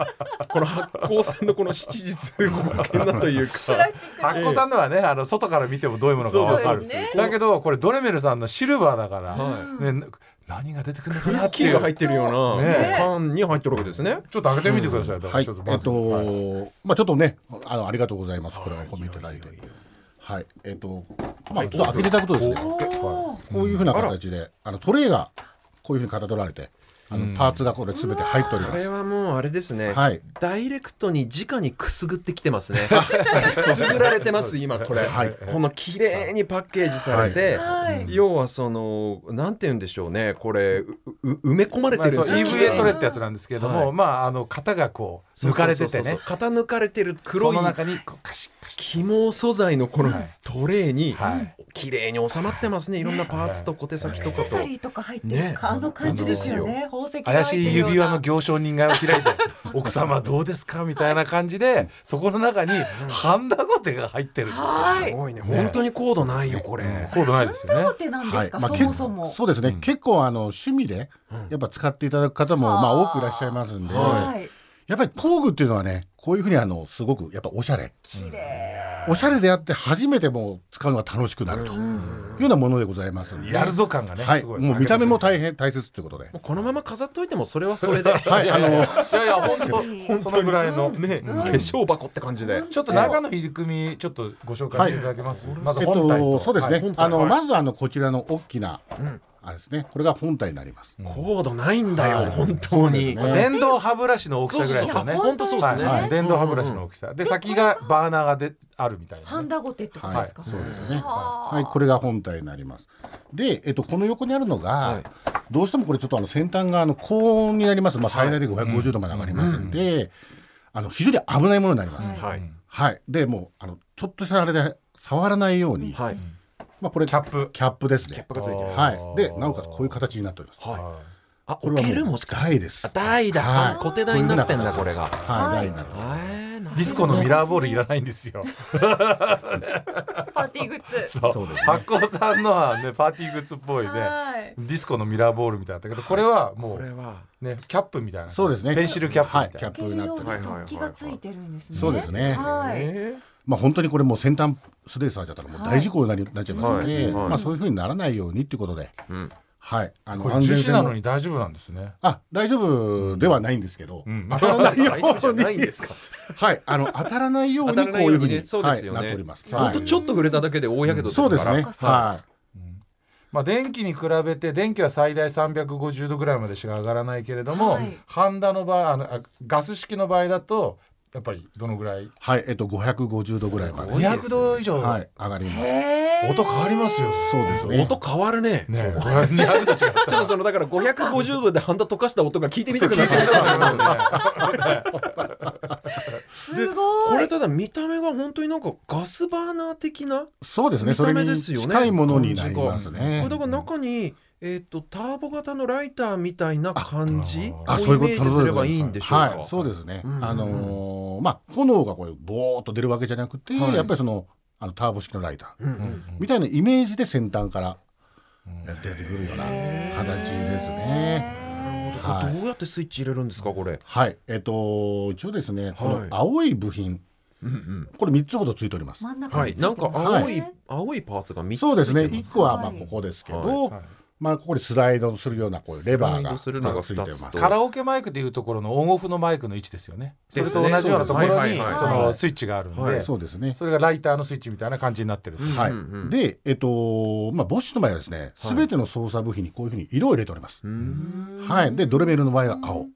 Speaker 3: この発酵さんのこの七日合険なというか
Speaker 1: プラスチック
Speaker 2: 発酵さんのはねあの外から見てもどういうものかわか
Speaker 3: そう
Speaker 2: る、
Speaker 3: ですね
Speaker 2: だけどこれドレメルさんのシルバーだから、
Speaker 3: は
Speaker 2: ね、何が出てくるの
Speaker 3: ク
Speaker 2: かな
Speaker 3: ッ
Speaker 2: って
Speaker 3: キー
Speaker 2: い
Speaker 3: が
Speaker 2: う
Speaker 3: 入ってるよう
Speaker 2: ね
Speaker 3: な缶に入ってるわけですね。
Speaker 2: ちょっと開けてみてください、だか
Speaker 4: は
Speaker 2: ら
Speaker 4: い
Speaker 2: ちょっと
Speaker 4: え
Speaker 2: ま
Speaker 4: っ
Speaker 2: ずはい
Speaker 4: とまあちょっとねあのありがとうございますこれを褒めていただいてはいえっとまあちょっと開けていただくとですね
Speaker 1: おー
Speaker 4: こういうふうな形であのトレイがこういうふうにかたどられてあのパーツがこれ全て入っており
Speaker 3: こ
Speaker 4: ま
Speaker 3: れ
Speaker 4: す
Speaker 3: はもうあれですね、
Speaker 4: はい
Speaker 3: ダイレクトに直にくすぐってきてますねくすぐられてます今これ、
Speaker 4: はい
Speaker 3: この綺麗にパッケージされて、
Speaker 1: はい
Speaker 3: 要はそのなんて言うんでしょうねこれうう埋め込まれ
Speaker 2: ま
Speaker 3: て
Speaker 2: あ
Speaker 3: るん
Speaker 2: そう
Speaker 3: ですよ、
Speaker 1: そう
Speaker 3: 綺
Speaker 2: EVA
Speaker 3: 麗
Speaker 2: トレってやつなんですけれども、
Speaker 3: はい
Speaker 2: まああの型がこう
Speaker 3: そう
Speaker 2: 抜
Speaker 3: そ
Speaker 2: か
Speaker 3: う
Speaker 2: れ
Speaker 3: そ
Speaker 2: て
Speaker 3: う
Speaker 2: てね
Speaker 3: 型抜かれてる
Speaker 2: そ
Speaker 3: 黒い
Speaker 2: の中にこうカシッカシ
Speaker 3: 肝素材のこの
Speaker 2: はい
Speaker 3: トレーに
Speaker 2: はい
Speaker 3: 綺麗に収まってますね、い、ろんなパーツと小手先
Speaker 1: アク
Speaker 3: と
Speaker 1: セ
Speaker 3: かと
Speaker 1: サリーとか入ってる
Speaker 3: ね
Speaker 1: か、あの感じですよね。宝石が入
Speaker 2: 怪
Speaker 1: って
Speaker 2: しい
Speaker 1: るような。
Speaker 2: 指輪の行商人が開いて「奥様どうですか?」みたいな感じでそこの中にハンダゴテが入ってるんですよ。
Speaker 1: は
Speaker 3: す
Speaker 1: い。
Speaker 3: ごいね本当に高度ないよこれ、
Speaker 2: コードないですよね
Speaker 1: 大。手なんで
Speaker 4: は
Speaker 1: す
Speaker 4: い
Speaker 1: か、
Speaker 4: まあ、
Speaker 1: そ
Speaker 4: け
Speaker 1: もそも。
Speaker 4: そうですね、結構あの趣味でやっぱ使っていただく方も、
Speaker 1: はあ
Speaker 4: まあ、多くいらっしゃいますんで、
Speaker 1: はい。
Speaker 4: やっぱり工具っていうのはねこういうふうにあのすごくやっぱおしゃれ
Speaker 1: 綺麗。
Speaker 4: おしゃれであって初めてもう使うのが楽しくなるというようなものでございますんで
Speaker 2: やるぞ感がね、
Speaker 4: はい、
Speaker 2: すごい。
Speaker 4: もう見た目も大変大切ということで
Speaker 3: もうこのまま飾っ といてもそれはそれで、
Speaker 4: はいあの
Speaker 2: いやいや本当そのぐらいの
Speaker 3: ね、化粧箱って感じで、
Speaker 2: ちょっと中の入り組みちょっとご紹介していただけます。まず
Speaker 4: えっ
Speaker 2: 本体と。
Speaker 4: とそうです
Speaker 2: はい
Speaker 4: ね、
Speaker 3: 本体
Speaker 4: あの
Speaker 3: はい
Speaker 4: まずあのこちらの大きな、あれですねこれが本体になります、
Speaker 3: 高度ないんだよ、
Speaker 4: はい
Speaker 3: 本当に、
Speaker 4: そうですね
Speaker 2: 電動歯ブラシの大きさぐらいですよ
Speaker 1: そうそ
Speaker 2: ね。
Speaker 1: うそう本当そうですね
Speaker 2: はいはい電動歯ブラシの大きさ。で先がバーナーがであるみたい
Speaker 1: ハ
Speaker 2: な
Speaker 1: ン
Speaker 2: ね。
Speaker 1: ダゴテってことですか。
Speaker 4: はいそうですよね
Speaker 1: はあ
Speaker 4: はいこれが本体になりますで、えっと、この横にあるのが、
Speaker 3: はい
Speaker 4: どうしてもこれちょっとあの先端があの高温になります、まあ、最大で550度まで上がりますんで、あの非常に危ないものになります、
Speaker 1: はい
Speaker 3: はい、
Speaker 4: はい、でもうあのちょっとしたあれで触らないように、
Speaker 3: はい、
Speaker 4: まあ、これ
Speaker 2: キャップ
Speaker 4: キャップですね
Speaker 3: キャップがついてる
Speaker 4: はい、でなおかつこういう形になっております
Speaker 3: はい、あ、
Speaker 4: これ
Speaker 3: 置
Speaker 4: は
Speaker 3: け
Speaker 4: もう
Speaker 3: るもしかして
Speaker 4: 台です
Speaker 3: あ台だ、
Speaker 4: はい
Speaker 3: 小手台になってんだこれが、
Speaker 4: はい、
Speaker 1: はい
Speaker 4: 台になってます
Speaker 3: えー、
Speaker 2: ディスコのミラーボールいらないんですよ。
Speaker 1: パーティーグッズ。
Speaker 2: そう
Speaker 4: そうですね
Speaker 2: 発酵さんのはねパーティーグッズっぽいね。
Speaker 1: はい。
Speaker 2: ディスコのミラーボールみたいだったけどこれはも
Speaker 3: これ
Speaker 2: う
Speaker 3: は
Speaker 2: ねキャップみたいな
Speaker 4: そうですね
Speaker 2: ペンシルキャップみ
Speaker 4: は
Speaker 2: たい
Speaker 4: い
Speaker 2: な、
Speaker 4: キャ
Speaker 1: 開
Speaker 4: ップ
Speaker 1: け
Speaker 4: に
Speaker 1: る
Speaker 4: な
Speaker 1: よ
Speaker 4: ってま
Speaker 1: う
Speaker 4: す
Speaker 1: な突起がついてるんですね。
Speaker 4: そうですね
Speaker 1: はい。
Speaker 3: え
Speaker 4: まあ、本当にこれもう先端素手で触っちゃったらもう大事故になりなっちゃいますので、
Speaker 3: はいはい
Speaker 4: まあ、そういうふうにならないようにっていうことで、
Speaker 3: ん
Speaker 4: はいあ
Speaker 2: こ
Speaker 4: の
Speaker 2: れ樹脂なの
Speaker 4: も
Speaker 2: に大丈夫なんですね。
Speaker 4: あ大丈夫ではないんですけど、
Speaker 2: ん
Speaker 4: 当たらないよ
Speaker 3: ー、大丈夫じゃ
Speaker 4: うに
Speaker 3: ないんですか
Speaker 4: はいあの当たらないように
Speaker 3: 当たら
Speaker 4: こ
Speaker 3: な
Speaker 4: う
Speaker 3: いよ
Speaker 4: いううふう
Speaker 3: に
Speaker 4: に
Speaker 3: ねそうですよね
Speaker 4: はい、なっております、
Speaker 3: ほんとちょっと触れただけで大やけどですか
Speaker 4: そう
Speaker 3: ら
Speaker 4: ですねは
Speaker 2: まあ電気に比べて電気は最大350度ぐらいまでしか上がらないけれども、
Speaker 1: はい
Speaker 2: ハンダの場合あのあガス式の場合だとやっぱりどのぐらい
Speaker 4: い、はいえっと、550度ぐらいまで、
Speaker 3: すごい
Speaker 2: 500度以上、
Speaker 4: はい、上がります
Speaker 1: へー
Speaker 2: 音変わりますよ。
Speaker 4: そうですね
Speaker 3: 音変わるね
Speaker 2: ね え、これ200度違った。
Speaker 3: ちょっとそのだから550度でハンダ溶かした音が聞いてみてくだ
Speaker 2: 聞いて
Speaker 3: さ
Speaker 2: みたく
Speaker 3: い
Speaker 2: なるね
Speaker 1: すごい。
Speaker 3: これただ見た目が本当になんかガスバーナー的な
Speaker 4: そうですね
Speaker 3: 見た
Speaker 4: それ
Speaker 3: 目
Speaker 4: に
Speaker 3: ですよね
Speaker 4: 近いものになりますね
Speaker 3: これだから中に、えー、とターボ型のライターみたいな感じを
Speaker 4: あ、そういう
Speaker 3: イ
Speaker 4: こ
Speaker 3: メ
Speaker 4: と
Speaker 3: ージすればいいんでしょうか、
Speaker 4: はい、そうですね。
Speaker 3: うんうん
Speaker 4: あのーまあ炎がこれボーっと出るわけじゃなくて、
Speaker 3: はい
Speaker 4: やっぱりそのあのターボ式のライタ
Speaker 3: う
Speaker 4: ー
Speaker 3: んうん
Speaker 4: みたいなイメージで先端からやって出てくるような形ですね。
Speaker 1: へ
Speaker 4: はい
Speaker 3: どうやってスイッチ入れるんですかこれ、
Speaker 4: はい、えっ、と一応ですね、この青い部品、これ三つほどついておりま
Speaker 1: ー
Speaker 4: す。
Speaker 1: 真ん中
Speaker 3: は
Speaker 1: に
Speaker 3: い、
Speaker 1: つてま
Speaker 3: な
Speaker 1: す
Speaker 3: ん
Speaker 1: ね
Speaker 3: か青い、
Speaker 1: はい
Speaker 3: 青いパーツが3つ
Speaker 4: そうですね、
Speaker 3: ついてます
Speaker 4: 一個はまあここですけど、
Speaker 3: はい
Speaker 2: はい
Speaker 4: まあここにスライドするようなこういうレバー
Speaker 3: スライ
Speaker 4: が
Speaker 3: ドするのが
Speaker 4: ついてま
Speaker 3: 二つ
Speaker 4: す
Speaker 3: と。
Speaker 2: カラオケマイクでいうところのオンオフのマイクの位置ですよね。そ
Speaker 3: で
Speaker 2: れ
Speaker 3: す
Speaker 2: と
Speaker 3: ね
Speaker 2: 同じようなところ
Speaker 3: は
Speaker 2: に
Speaker 3: いはいはい
Speaker 2: そのスイッチがあるん
Speaker 3: はい
Speaker 2: で、
Speaker 4: そうですね。
Speaker 2: それがライターのスイッチみたいな感じになってる。
Speaker 4: はい、
Speaker 3: うんうん
Speaker 4: で、えっとまあ、ボッシュの場合はですね、すべての操作部品にこういうふうに色を入れております。はい、で、ドレベルの場合は青。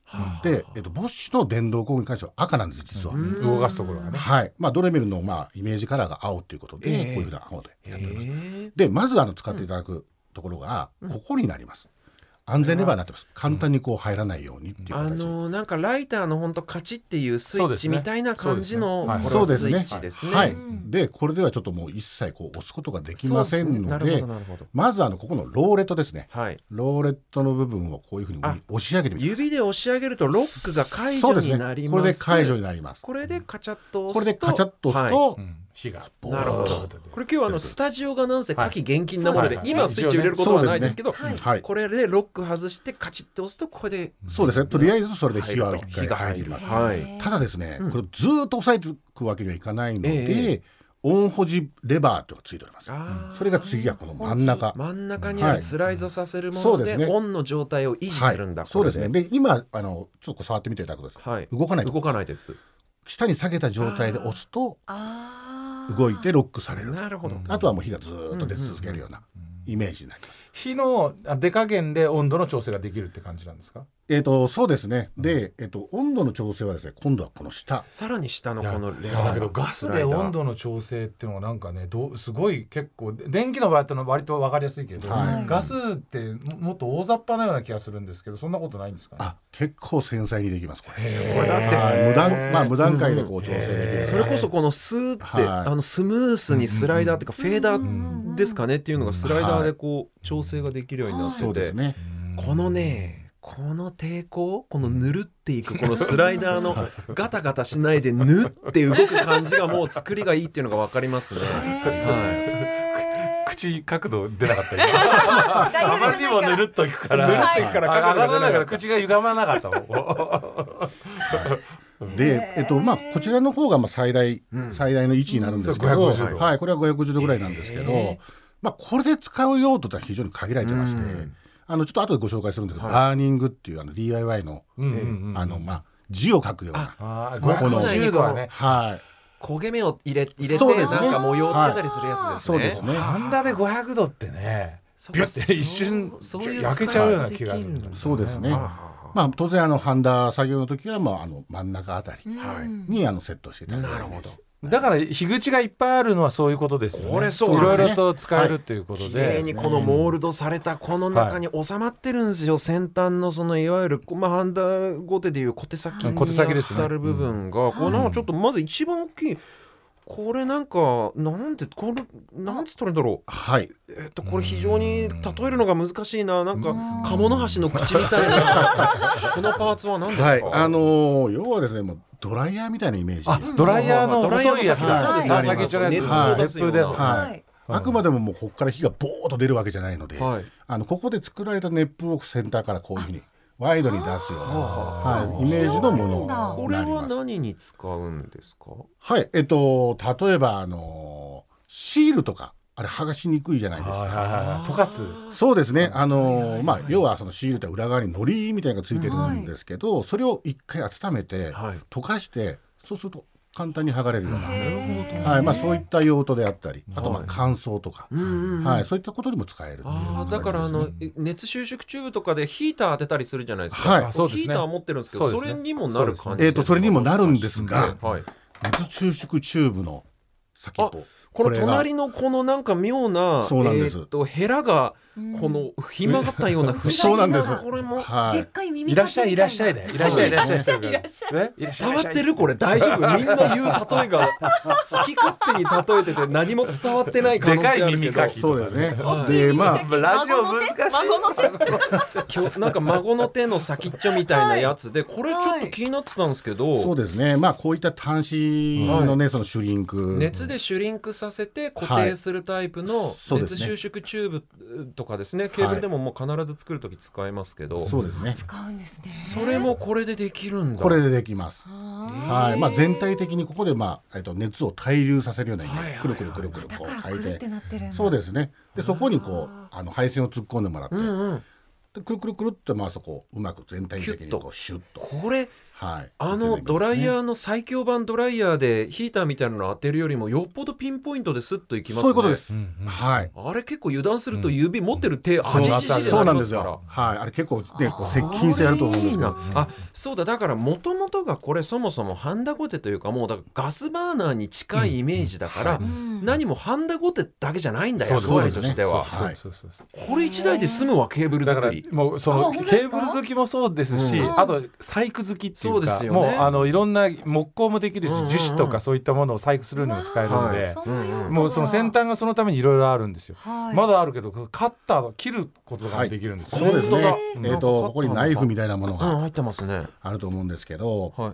Speaker 4: で、えっと、ボッシュの電動工具に関しては赤なんです、実は。
Speaker 2: 動かすところがね。
Speaker 4: はい、まあ、ドレベルの、まあ、イメージカラーが青ということで、
Speaker 3: ええ
Speaker 4: こういうふうな青でやっております。
Speaker 3: えー
Speaker 4: で、まず、あの、使っていただくところが、ここになります。安全レバーになってます簡単にこう入らないようにっていう
Speaker 3: あ
Speaker 4: 形、
Speaker 3: のーなんかライターの本当カチっていうスイッチみたいな感じの
Speaker 2: そうですね
Speaker 3: これは
Speaker 4: そうです
Speaker 3: スイッチです
Speaker 4: ね
Speaker 3: ね。
Speaker 4: はい
Speaker 1: うん
Speaker 4: でこれではちょっともう一切こう押すことができませんの
Speaker 3: な
Speaker 4: で
Speaker 3: るほどなるほど。
Speaker 4: まずあのここのローレットですね
Speaker 3: はい。
Speaker 4: ローレットの部分をこういうふうに
Speaker 3: あ
Speaker 4: 押し上げてみて
Speaker 3: 指で押し上げるとロックが解
Speaker 4: そう
Speaker 3: 除
Speaker 4: で
Speaker 3: に
Speaker 4: す
Speaker 3: なり
Speaker 4: ね
Speaker 3: ます。
Speaker 4: これで解除になります
Speaker 3: これでカチャッと
Speaker 4: こ
Speaker 3: 押
Speaker 4: れです
Speaker 3: と。
Speaker 4: カチャッと押すと、
Speaker 2: うん
Speaker 4: 火がボ
Speaker 3: はいなる
Speaker 4: ー
Speaker 3: ほ
Speaker 4: ン
Speaker 3: ど。
Speaker 4: と
Speaker 3: これ今日はあのスタジオがなんせ火気厳禁なもので、
Speaker 2: はい
Speaker 3: 今スイッチを入れることはないですけど、
Speaker 1: はい
Speaker 4: はい
Speaker 3: これでロック外してカチッと押すとこれで
Speaker 4: そうですねとりあえずそれで火は
Speaker 3: 入ると
Speaker 4: 一回入ります
Speaker 3: 火が入るは
Speaker 1: へー
Speaker 4: ただですね、
Speaker 3: うん
Speaker 4: これずーっと押さえていくわけにはいかないの
Speaker 3: え
Speaker 4: で、オン保持レバーというのがついております
Speaker 3: あー
Speaker 4: それが次はこの真ん中
Speaker 3: 真ん中にあるスライドさせるもの
Speaker 4: はい
Speaker 3: で,、
Speaker 4: そうですね
Speaker 3: オンの状態を維持するんだ、
Speaker 4: はい、
Speaker 3: こ
Speaker 4: そう
Speaker 3: れ
Speaker 4: ですねで今あのちょっとこう触ってみていただくとですね
Speaker 3: はい
Speaker 4: 動かない
Speaker 3: 動かないです
Speaker 4: 下に下げた状態で押すと
Speaker 1: あー
Speaker 4: 動いてロックされる
Speaker 3: なるほど、
Speaker 4: あとはもう火がずーっと出続けるようなイメージになります、
Speaker 2: 火のあ出加減で温度の調整ができるって感じなんですか
Speaker 4: えっ、とそうですねで、えっと温度の調整はですね今度はこの下
Speaker 3: さらに下のこのレ
Speaker 2: いや
Speaker 3: バ
Speaker 2: だ
Speaker 3: ー
Speaker 2: けどガスで温度の調整っていうのはなんかねどうすごい結構電気の場合だと割と分かりやすいけど、
Speaker 4: はい
Speaker 2: ガスってももっと大雑把なような気がするんですけどそんなことないんですかね
Speaker 4: あ結構繊細にできますこれ
Speaker 2: へー
Speaker 3: これだって
Speaker 4: はい無段まあ無段階でこう調整できる
Speaker 3: それこそこのスーって、
Speaker 4: はい
Speaker 3: あのスムースにスライダーっていうかフェーダーですかねっていうのがスライダーでこう調整ができるようになって
Speaker 4: そうで
Speaker 3: て
Speaker 4: すね
Speaker 3: このねこの抵抗このぬるっていくこのスライダーのガタガタしないでぬって動く感じがもう作りがいいっていうのが分かりますね。は
Speaker 1: へ
Speaker 2: 口角度出なかった今
Speaker 1: ー大丈夫じゃないから
Speaker 2: あまりにもぬるっといくから
Speaker 3: ぬるっといくから
Speaker 2: はい
Speaker 3: 角度
Speaker 2: 上が
Speaker 3: が出なかった
Speaker 2: らないから口が歪まなかったもん
Speaker 4: で、えっとまあ、こちらの方がまあ最大、
Speaker 3: うん
Speaker 4: 最大の位置になるんですけど、
Speaker 2: うんそう550度
Speaker 4: はい、これは550度ぐらいなんですけど、
Speaker 3: へ
Speaker 4: まあ、これで使う用途とは非常に限られてまして、
Speaker 3: うん
Speaker 4: あのちょっと後でご紹介するんですけど、
Speaker 3: はい
Speaker 4: バーニングっていうあの DIY の,、
Speaker 2: うんうんうん
Speaker 4: あのまあ、字を書くような。
Speaker 2: あー
Speaker 4: この
Speaker 2: 550度はね
Speaker 4: はい、
Speaker 3: 焦げ目を入れ入れて
Speaker 4: そうですね
Speaker 3: なんか模様をつけたりするやつですね。
Speaker 4: そうですね。
Speaker 2: ハンダで500度ってね
Speaker 3: そう
Speaker 2: ビュッて一瞬焼けちゃうような気がする
Speaker 4: そうですね。
Speaker 3: はあ
Speaker 4: ま
Speaker 3: は
Speaker 4: あ、当然、あの、ハンダ作業の時は、まあ、あの、真ん中あたり
Speaker 1: ー
Speaker 3: はい
Speaker 1: うん
Speaker 4: に、あの、セットしていただいて。
Speaker 3: なるほど。
Speaker 2: だから日口がいっぱいあるのはそういうことですよね
Speaker 3: これそう
Speaker 4: な
Speaker 2: い
Speaker 4: んですね
Speaker 2: ろいろと使えるっていうこ
Speaker 3: あ
Speaker 2: と
Speaker 3: 綺
Speaker 2: で、
Speaker 3: 麗にこのモールドされたこの中に収まってるんですよ、先端のそのいわゆる、まあ、ハンダゴテでいう小手先
Speaker 2: う
Speaker 3: に
Speaker 2: ん小手先ですね
Speaker 3: 当たる部分が、これなんかちょっとまず一番大きいこれなんかなんてこれなんつったらいいんだろ
Speaker 4: はい。
Speaker 3: うえっとこれ非常に例えるのが難しいななんか鴨の橋の口みたいなこのパーツは何ですか、
Speaker 4: はい。あのー要はですね、もう、ドライヤーみたいなイメージ。
Speaker 2: あドライヤーの
Speaker 3: ドライヤーの
Speaker 2: 細いやつだ、
Speaker 4: はい
Speaker 2: はい先っちょのやつ、
Speaker 4: はい
Speaker 2: 熱風での、
Speaker 4: はい
Speaker 1: はい
Speaker 4: あくまでももうここから火がボーッと出るわけじゃないので、
Speaker 3: はい
Speaker 4: あのここで作られた熱風をセンターからこういうふうにワイドに出すような、はい、イメージのもの
Speaker 3: こ
Speaker 4: に
Speaker 3: れ
Speaker 4: なり
Speaker 3: は
Speaker 4: ます。
Speaker 3: 何に使うんですか
Speaker 4: はい、えっと例えばあのーシールとかあれ剥がしにくいじゃないですか。
Speaker 2: はいはいはい溶かす
Speaker 4: そうですね。あのーまあ要はそのシールって裏側に糊みたいなのがついてるんですけど、それを一回温めて
Speaker 3: はい
Speaker 4: 溶かして、そうすると簡単に剥がれるような、
Speaker 1: へー
Speaker 4: はい、まあそういった用途であったり、あとまあ乾燥とか、
Speaker 3: うんうんうん
Speaker 4: はい、そういったことにも使えるっていう
Speaker 3: ああだからあのえ熱収縮チューブとかでヒーター当てたりするじゃないですか、
Speaker 4: はい
Speaker 2: あそうですね
Speaker 3: ヒーター持ってるんですけど
Speaker 2: そ
Speaker 3: そう
Speaker 2: ですね
Speaker 3: れにもなる感じ
Speaker 4: えー、とそれにもなるんですが、
Speaker 3: はい、
Speaker 4: 熱収縮チューブの先っぽ
Speaker 3: この
Speaker 4: れが
Speaker 3: 隣のこのなんか妙な
Speaker 4: そうなんです
Speaker 3: えー、とヘラがこのひまがったような不
Speaker 4: そう
Speaker 3: 思
Speaker 4: な
Speaker 3: 議
Speaker 4: んで
Speaker 3: な
Speaker 4: す
Speaker 3: これも
Speaker 1: で
Speaker 4: は
Speaker 1: っ
Speaker 4: い
Speaker 1: かい耳
Speaker 2: いらっしゃいいらっしゃい
Speaker 1: で
Speaker 2: でいらっしゃいいらっしゃい
Speaker 1: いらっしゃい
Speaker 2: ねいらっしゃ
Speaker 3: 伝
Speaker 2: い
Speaker 3: わってるこれ大丈夫みんな言う例えが好き勝手に例えてて何も伝わってない可能性あるけ
Speaker 2: で
Speaker 3: ど
Speaker 2: かい耳かき
Speaker 4: そうですね
Speaker 3: はい
Speaker 4: でまあ
Speaker 2: ラジオ難しい
Speaker 1: 孫の手孫の手
Speaker 3: きょなんか孫の手の先っちょみたいなやつでこれちょっと気になってたんですけど、
Speaker 4: そうですねまあこういった端子のね、そのシュリンク、
Speaker 3: 熱でシュリンクさせて固定するタイプの
Speaker 4: そうです
Speaker 3: 熱収
Speaker 4: ね
Speaker 3: 縮チューブとかですねケーブルでももう必ず作る時使いますけど、
Speaker 4: そうですね
Speaker 1: 使うんですね
Speaker 3: それもこれでできるんだ
Speaker 4: これでできます
Speaker 1: あ
Speaker 4: はいまあ、全体的にここで、まあえっと熱を対流させるようなイメージ
Speaker 3: はいはい
Speaker 4: くるくるくるくる
Speaker 1: ーだ
Speaker 4: こ
Speaker 1: からく
Speaker 4: う回
Speaker 1: るっ
Speaker 4: 転
Speaker 1: てなってるんだ
Speaker 4: そうですねでそこにこうあの配線を突っ込んでもらって、
Speaker 3: うんうん
Speaker 4: でくるくるくるって回すとこううまく全体的にこうシュッと
Speaker 3: これ
Speaker 4: はい。
Speaker 3: あのドライヤーの最強版ドライヤーでヒーターみたいなの当てるよりもよっぽどピンポイントでスッといきますね
Speaker 4: そういうことです。
Speaker 2: うんうん
Speaker 4: はい。
Speaker 3: あれ結構油断すると指持ってる手、あ
Speaker 4: そう
Speaker 3: じ
Speaker 4: な
Speaker 3: じ
Speaker 4: ん
Speaker 3: じ
Speaker 4: で
Speaker 3: じ
Speaker 4: す
Speaker 3: になり
Speaker 4: よそうなん
Speaker 3: ま
Speaker 4: です
Speaker 3: すから
Speaker 4: よ。はい。あれ結構、ね、こう接近性あると思うんですけ
Speaker 3: あ
Speaker 4: ど。
Speaker 3: れいいなあそうだだからもともとがこれそもそもハンダゴテというかもうだからガスバーナーに近いイメージだから、
Speaker 1: ん
Speaker 3: 何もハンダゴテだけじゃないんだよ役
Speaker 4: そう
Speaker 3: 割
Speaker 4: で
Speaker 3: と
Speaker 4: すね
Speaker 3: しては、
Speaker 4: はい
Speaker 2: そうそうそう
Speaker 3: これ一台で済むわケーブル
Speaker 2: だか
Speaker 3: 作
Speaker 2: ら
Speaker 3: り
Speaker 2: もうそ
Speaker 1: あ
Speaker 2: の
Speaker 1: 本当ですか
Speaker 2: ケーブル好きもそうですし、
Speaker 3: うん
Speaker 2: あと細工好きってい
Speaker 3: そう
Speaker 2: う
Speaker 3: で
Speaker 2: か
Speaker 3: すよね
Speaker 2: もうあのいろんな木工もできるし、
Speaker 3: うんうんうん
Speaker 2: 樹脂とかそういったものを細工するのも使えるので、
Speaker 1: そんな用途が
Speaker 2: もうその先、端がそのためにいろいろあるんですよ、
Speaker 1: はい、
Speaker 2: まだあるけどカッターを切ることができるんですよ、
Speaker 4: そうですね。
Speaker 3: 本当だ
Speaker 4: えっ、と、ここにナイフみたいなもの
Speaker 3: うん
Speaker 4: が
Speaker 3: 入ってますね
Speaker 4: あると思うんですけど、
Speaker 3: はい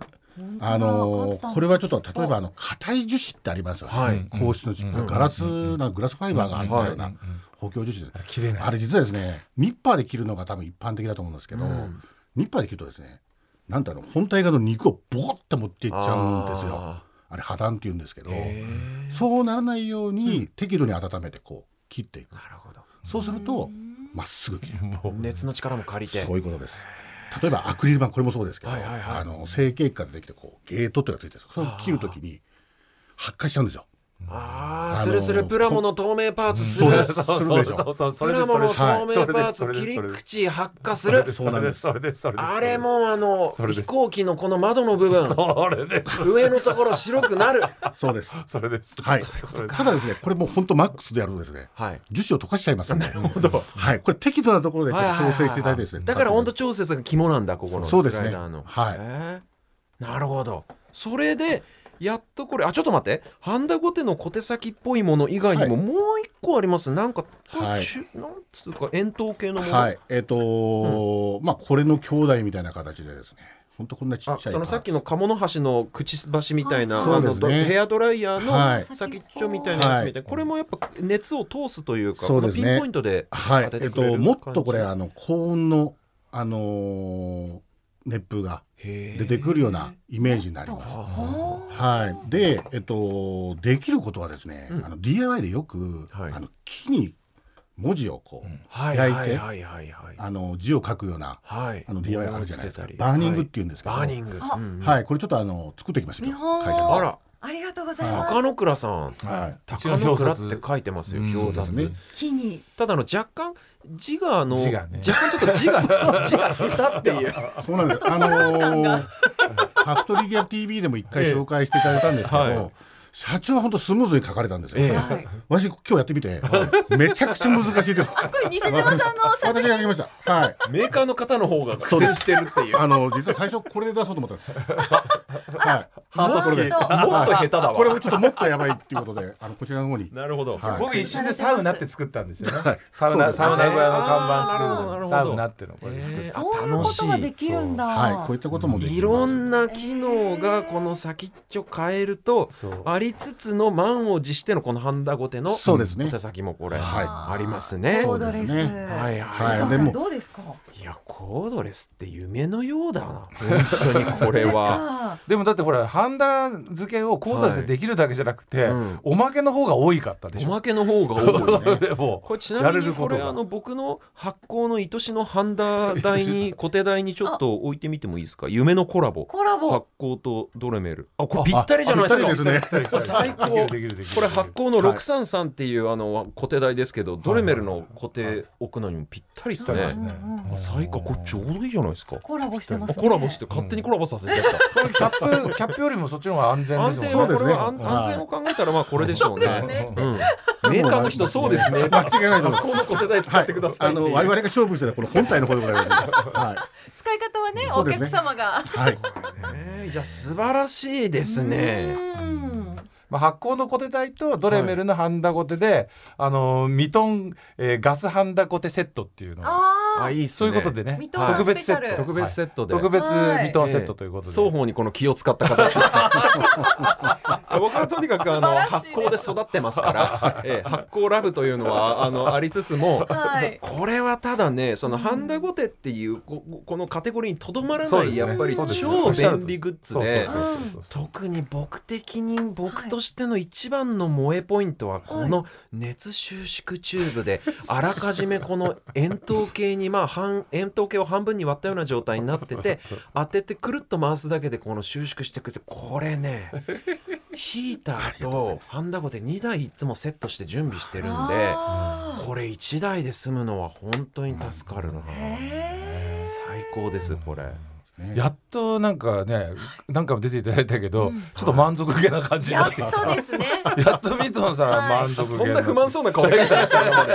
Speaker 4: あのーこれ
Speaker 1: は
Speaker 4: はちょっと例えばあの硬い樹脂ってありますよね。
Speaker 3: はい
Speaker 4: 硬質の樹脂、ガラスなグラスファイバーが入ったよう
Speaker 2: う
Speaker 4: なん
Speaker 2: うん
Speaker 4: 補強樹脂です。
Speaker 2: 切れない
Speaker 4: あれ実はですね、ニッパーで切るのが多分一般的だと思うんですけど、ニッパーで切るとですね、なんだろう本体側の肉をボコッと持っていっちゃうんですよ。あ
Speaker 3: あ
Speaker 4: れ破断って言うんですけど、
Speaker 3: ーへー
Speaker 4: そうならないように適度に温めてこう切っていく。
Speaker 3: なるほど
Speaker 4: そうするとまっすぐ切れる。
Speaker 3: 熱の力も借りて
Speaker 4: そういうことです。例えばアクリル板これもそうですけど、
Speaker 3: はいはいはい
Speaker 4: あの成形化でできてこうゲートっていうのがついてるんですよそれを切るときに発火しちゃうんで すよ。
Speaker 3: ああ
Speaker 4: あのー
Speaker 3: スルスルプラモの透明パーツす
Speaker 2: そ
Speaker 3: る
Speaker 2: う
Speaker 4: です
Speaker 2: そうそうそうそうそ
Speaker 3: プ
Speaker 2: れで
Speaker 3: ラモ
Speaker 2: それ
Speaker 3: の
Speaker 2: で
Speaker 3: 透明パーツ切り口発火する
Speaker 2: それですそれですそれです
Speaker 3: あれもあの
Speaker 2: それで
Speaker 3: 飛
Speaker 2: す
Speaker 3: 行機のこの窓の部分
Speaker 2: それです
Speaker 3: 上のところ白くなる
Speaker 4: そうです。
Speaker 2: それです
Speaker 4: はい。
Speaker 2: それです
Speaker 4: ただですね、これもう本当マックスでやるとですね、
Speaker 3: はい
Speaker 4: 樹脂を溶かしちゃいますので、はい、これ適度なところでちょっと調整していただいてですね。
Speaker 3: だから温度調節が肝なんだここの
Speaker 4: そうそうですね
Speaker 3: スライダーの
Speaker 4: はい
Speaker 3: へーなるほどそれでやっとこれあちょっと待ってハンダゴテの小手先っぽいもの以外にももう一個ありますなんかこれ
Speaker 4: はい
Speaker 3: 中なんつうか円筒形のもの
Speaker 4: はい、えっ、とーまあこれの兄弟みたいな形でですね、本当こんなちっ
Speaker 3: あ
Speaker 4: ちゃい。
Speaker 3: そのさっきの鴨の橋のくちばしみたいな、
Speaker 4: はい
Speaker 3: あ
Speaker 4: そう
Speaker 3: の
Speaker 4: です
Speaker 3: ど
Speaker 4: ね
Speaker 3: ヘアドライヤ
Speaker 4: は
Speaker 3: ー
Speaker 4: い
Speaker 3: の先っちょみたいなやつみたいな、これもやっぱ熱を通すというか
Speaker 4: そうですね
Speaker 3: このピンポイントで
Speaker 4: はい、
Speaker 3: 当
Speaker 4: え
Speaker 3: て
Speaker 4: って
Speaker 3: くれる
Speaker 4: ともっとこれ
Speaker 3: 感
Speaker 4: あの高温のあのー熱風が
Speaker 3: じ
Speaker 4: 出てくるようなイメージになります。はい、で、えっと、できることはですね、あの DIY でよく、
Speaker 3: はい
Speaker 4: あの木に文字をこう、
Speaker 3: はいはい
Speaker 4: 焼い
Speaker 3: はい
Speaker 4: て
Speaker 3: はいはいはい
Speaker 4: あの字を書くような
Speaker 3: はい
Speaker 4: あの DIY あるじゃないです
Speaker 3: 棒をつ
Speaker 4: か
Speaker 3: けたり
Speaker 4: バーニングって言うんですけど、
Speaker 3: バ
Speaker 4: は
Speaker 3: ー
Speaker 4: い
Speaker 3: ニング、
Speaker 1: あ
Speaker 3: うんうん
Speaker 4: これちょっとあの作ってきました
Speaker 1: 日
Speaker 4: よ
Speaker 1: 本
Speaker 4: 会社
Speaker 3: あ
Speaker 4: の。
Speaker 3: ら
Speaker 1: ありがとうございます。
Speaker 3: 高野倉さん
Speaker 4: はい
Speaker 3: 高野倉って書いてますよ
Speaker 2: うん
Speaker 3: 表
Speaker 4: そう
Speaker 3: 札、
Speaker 4: ですね
Speaker 1: 木に
Speaker 3: ただあの若干字があの
Speaker 2: 字がね
Speaker 3: 若干ちょっと字が字が下手っていう
Speaker 4: そうなんです。あのー、フ ァクトリーギア TV でも一回紹介していただいたんですけど、
Speaker 3: ええはい
Speaker 4: 社長は本当スムーズに書かれたんですよ。
Speaker 3: ええ
Speaker 1: はい
Speaker 4: 私今日やってみて、めちゃくちゃ難しいです。
Speaker 1: こ れ西島さんの作
Speaker 4: 私がやりました。はい。
Speaker 3: メーカーの方の方が苦戦してるって いう
Speaker 4: あの実は最初これで出そうと思ったんです。はい。
Speaker 2: ハー
Speaker 1: ト
Speaker 2: トこ
Speaker 1: こ
Speaker 2: れ
Speaker 1: れ
Speaker 2: で
Speaker 1: で
Speaker 3: もっと下手だわ
Speaker 4: これもちょっともっとやばいっていうことで、あのこちらの方に。
Speaker 3: なるほど、
Speaker 4: はい
Speaker 2: 僕一瞬でサウナって作ったんですよね
Speaker 4: い
Speaker 2: サウ
Speaker 4: そう
Speaker 2: ナ
Speaker 4: です
Speaker 2: サウナ小屋の看板作る
Speaker 3: あー
Speaker 2: の
Speaker 3: なるほ
Speaker 2: に
Speaker 3: ど
Speaker 2: サウナっていうのをこれで作って
Speaker 3: へー
Speaker 1: そういうことができるんだ。
Speaker 4: はい、こういったこともできます
Speaker 3: いろんな機能がこの先っちょ変えると
Speaker 2: そう
Speaker 3: ありつつの満を持してのこのハンダゴテの
Speaker 4: そうですね
Speaker 3: お手先もこれ
Speaker 4: はい
Speaker 3: ありますね。
Speaker 1: コードレス。
Speaker 4: そうです
Speaker 3: は
Speaker 1: はい伊
Speaker 3: いはい、
Speaker 4: は
Speaker 1: 藤
Speaker 4: い
Speaker 1: さ
Speaker 4: で
Speaker 1: ん
Speaker 4: も
Speaker 1: どうですか。
Speaker 3: い、やコードレスって夢のようだな本当にこれは。
Speaker 1: は。
Speaker 2: でもだってほらハンダ付けをコードレスでできるだけじゃなくて、
Speaker 3: はいうん
Speaker 2: おまけの方が多いかったでし
Speaker 3: お
Speaker 2: ょ。。
Speaker 3: まけの方が多いね
Speaker 2: でも
Speaker 3: これち
Speaker 2: や
Speaker 3: な
Speaker 2: れ
Speaker 3: みに
Speaker 2: るこ
Speaker 3: ことれ
Speaker 2: が
Speaker 3: あの僕の発行の愛しのハンダ台に小手台にちょっと置いてみてもいいですか夢のコラボ
Speaker 1: コラボ。
Speaker 3: 発行とドレメルあこれぴったりじゃないです
Speaker 4: あぴ
Speaker 3: か
Speaker 4: ったりですね。
Speaker 3: 最高
Speaker 2: できるできるできる
Speaker 3: これ発行の633っていうあの固定台ですけど、ドレメルの固定置くのにもぴったりです
Speaker 2: そう
Speaker 3: ね。
Speaker 2: ですね
Speaker 1: うんうん
Speaker 3: あ最高これちょうどいいじゃないですか。
Speaker 1: コラボしてま
Speaker 3: あ
Speaker 1: す、ね。
Speaker 3: コラボして勝手にコラボさせてやった。
Speaker 2: これキャップキャップよりもそっちの方が安全で
Speaker 3: 安
Speaker 2: す
Speaker 3: 全
Speaker 2: も
Speaker 4: そ
Speaker 2: ん
Speaker 3: は
Speaker 4: う
Speaker 3: こ
Speaker 2: ね。
Speaker 4: です
Speaker 3: れ
Speaker 4: ね
Speaker 3: は安安全を考えたらまあこれでしょうね。
Speaker 1: そうですね
Speaker 3: うんメーカーの人そうですね。
Speaker 4: 間違いないと思います。
Speaker 3: この固定台使ってください
Speaker 4: あ
Speaker 3: ってい
Speaker 4: の
Speaker 3: う。
Speaker 4: 我々が勝負してたこの本体のことでございます。は
Speaker 1: 使い方はね、
Speaker 4: そ
Speaker 1: お
Speaker 4: うですね
Speaker 1: 客様が。
Speaker 4: いはい
Speaker 3: ねいや素晴らしいですね。
Speaker 1: うん
Speaker 2: まあ発行のコテ台とドレメルのハンダコテで、あのミトン、えーガスハンダコテセットっていうのを
Speaker 1: ああ。
Speaker 3: いいっす
Speaker 2: そう
Speaker 3: ね
Speaker 2: いうことでね
Speaker 1: ミトン
Speaker 2: 特別セッ
Speaker 1: ス
Speaker 2: ト
Speaker 1: ペシャル
Speaker 3: 特別セットで。
Speaker 2: 特別
Speaker 1: はい
Speaker 2: ミトンセットということで、
Speaker 3: 双方にこの気を使った形 僕はとにかくあ
Speaker 1: 素
Speaker 3: の
Speaker 1: 晴らしい
Speaker 3: 発酵で育ってます から、ええ、発酵ラブというのはあのありつつも
Speaker 1: はい。
Speaker 3: これはただねそのハンダゴテっていうここのカテゴリーにとどまら
Speaker 2: そ
Speaker 3: な
Speaker 2: うで
Speaker 3: い
Speaker 2: すね
Speaker 3: やっぱり
Speaker 2: そうですねお
Speaker 3: 超
Speaker 2: っしゃる
Speaker 3: 便
Speaker 2: と
Speaker 3: 利グッズ
Speaker 2: そう
Speaker 3: で
Speaker 2: そうそうそうそう
Speaker 3: 特に僕的に僕としての一番の萌えポ イントはこの熱収縮チューブであらかじめこの円筒形ににまあ半円筒形を半分に割ったような状態になっ てて当ててくるっと回すだけでこの収縮してくってこれねヒーターとハンダゴで2台いつもセットして準備してるんで
Speaker 1: あー
Speaker 3: これ1台で済むのは本当に助かるな
Speaker 1: へ
Speaker 3: 最高ですこれ。
Speaker 4: ね
Speaker 2: やっとなんかね何回も出ていただいたけど、
Speaker 1: うん
Speaker 2: ちょっと満足げな感
Speaker 1: ー
Speaker 2: じに
Speaker 1: や
Speaker 2: な
Speaker 1: っ
Speaker 2: ってきた
Speaker 1: とですね。
Speaker 2: やっとミトンさん、
Speaker 1: はい
Speaker 2: 満足
Speaker 3: そんな不満そうな顔でした今まで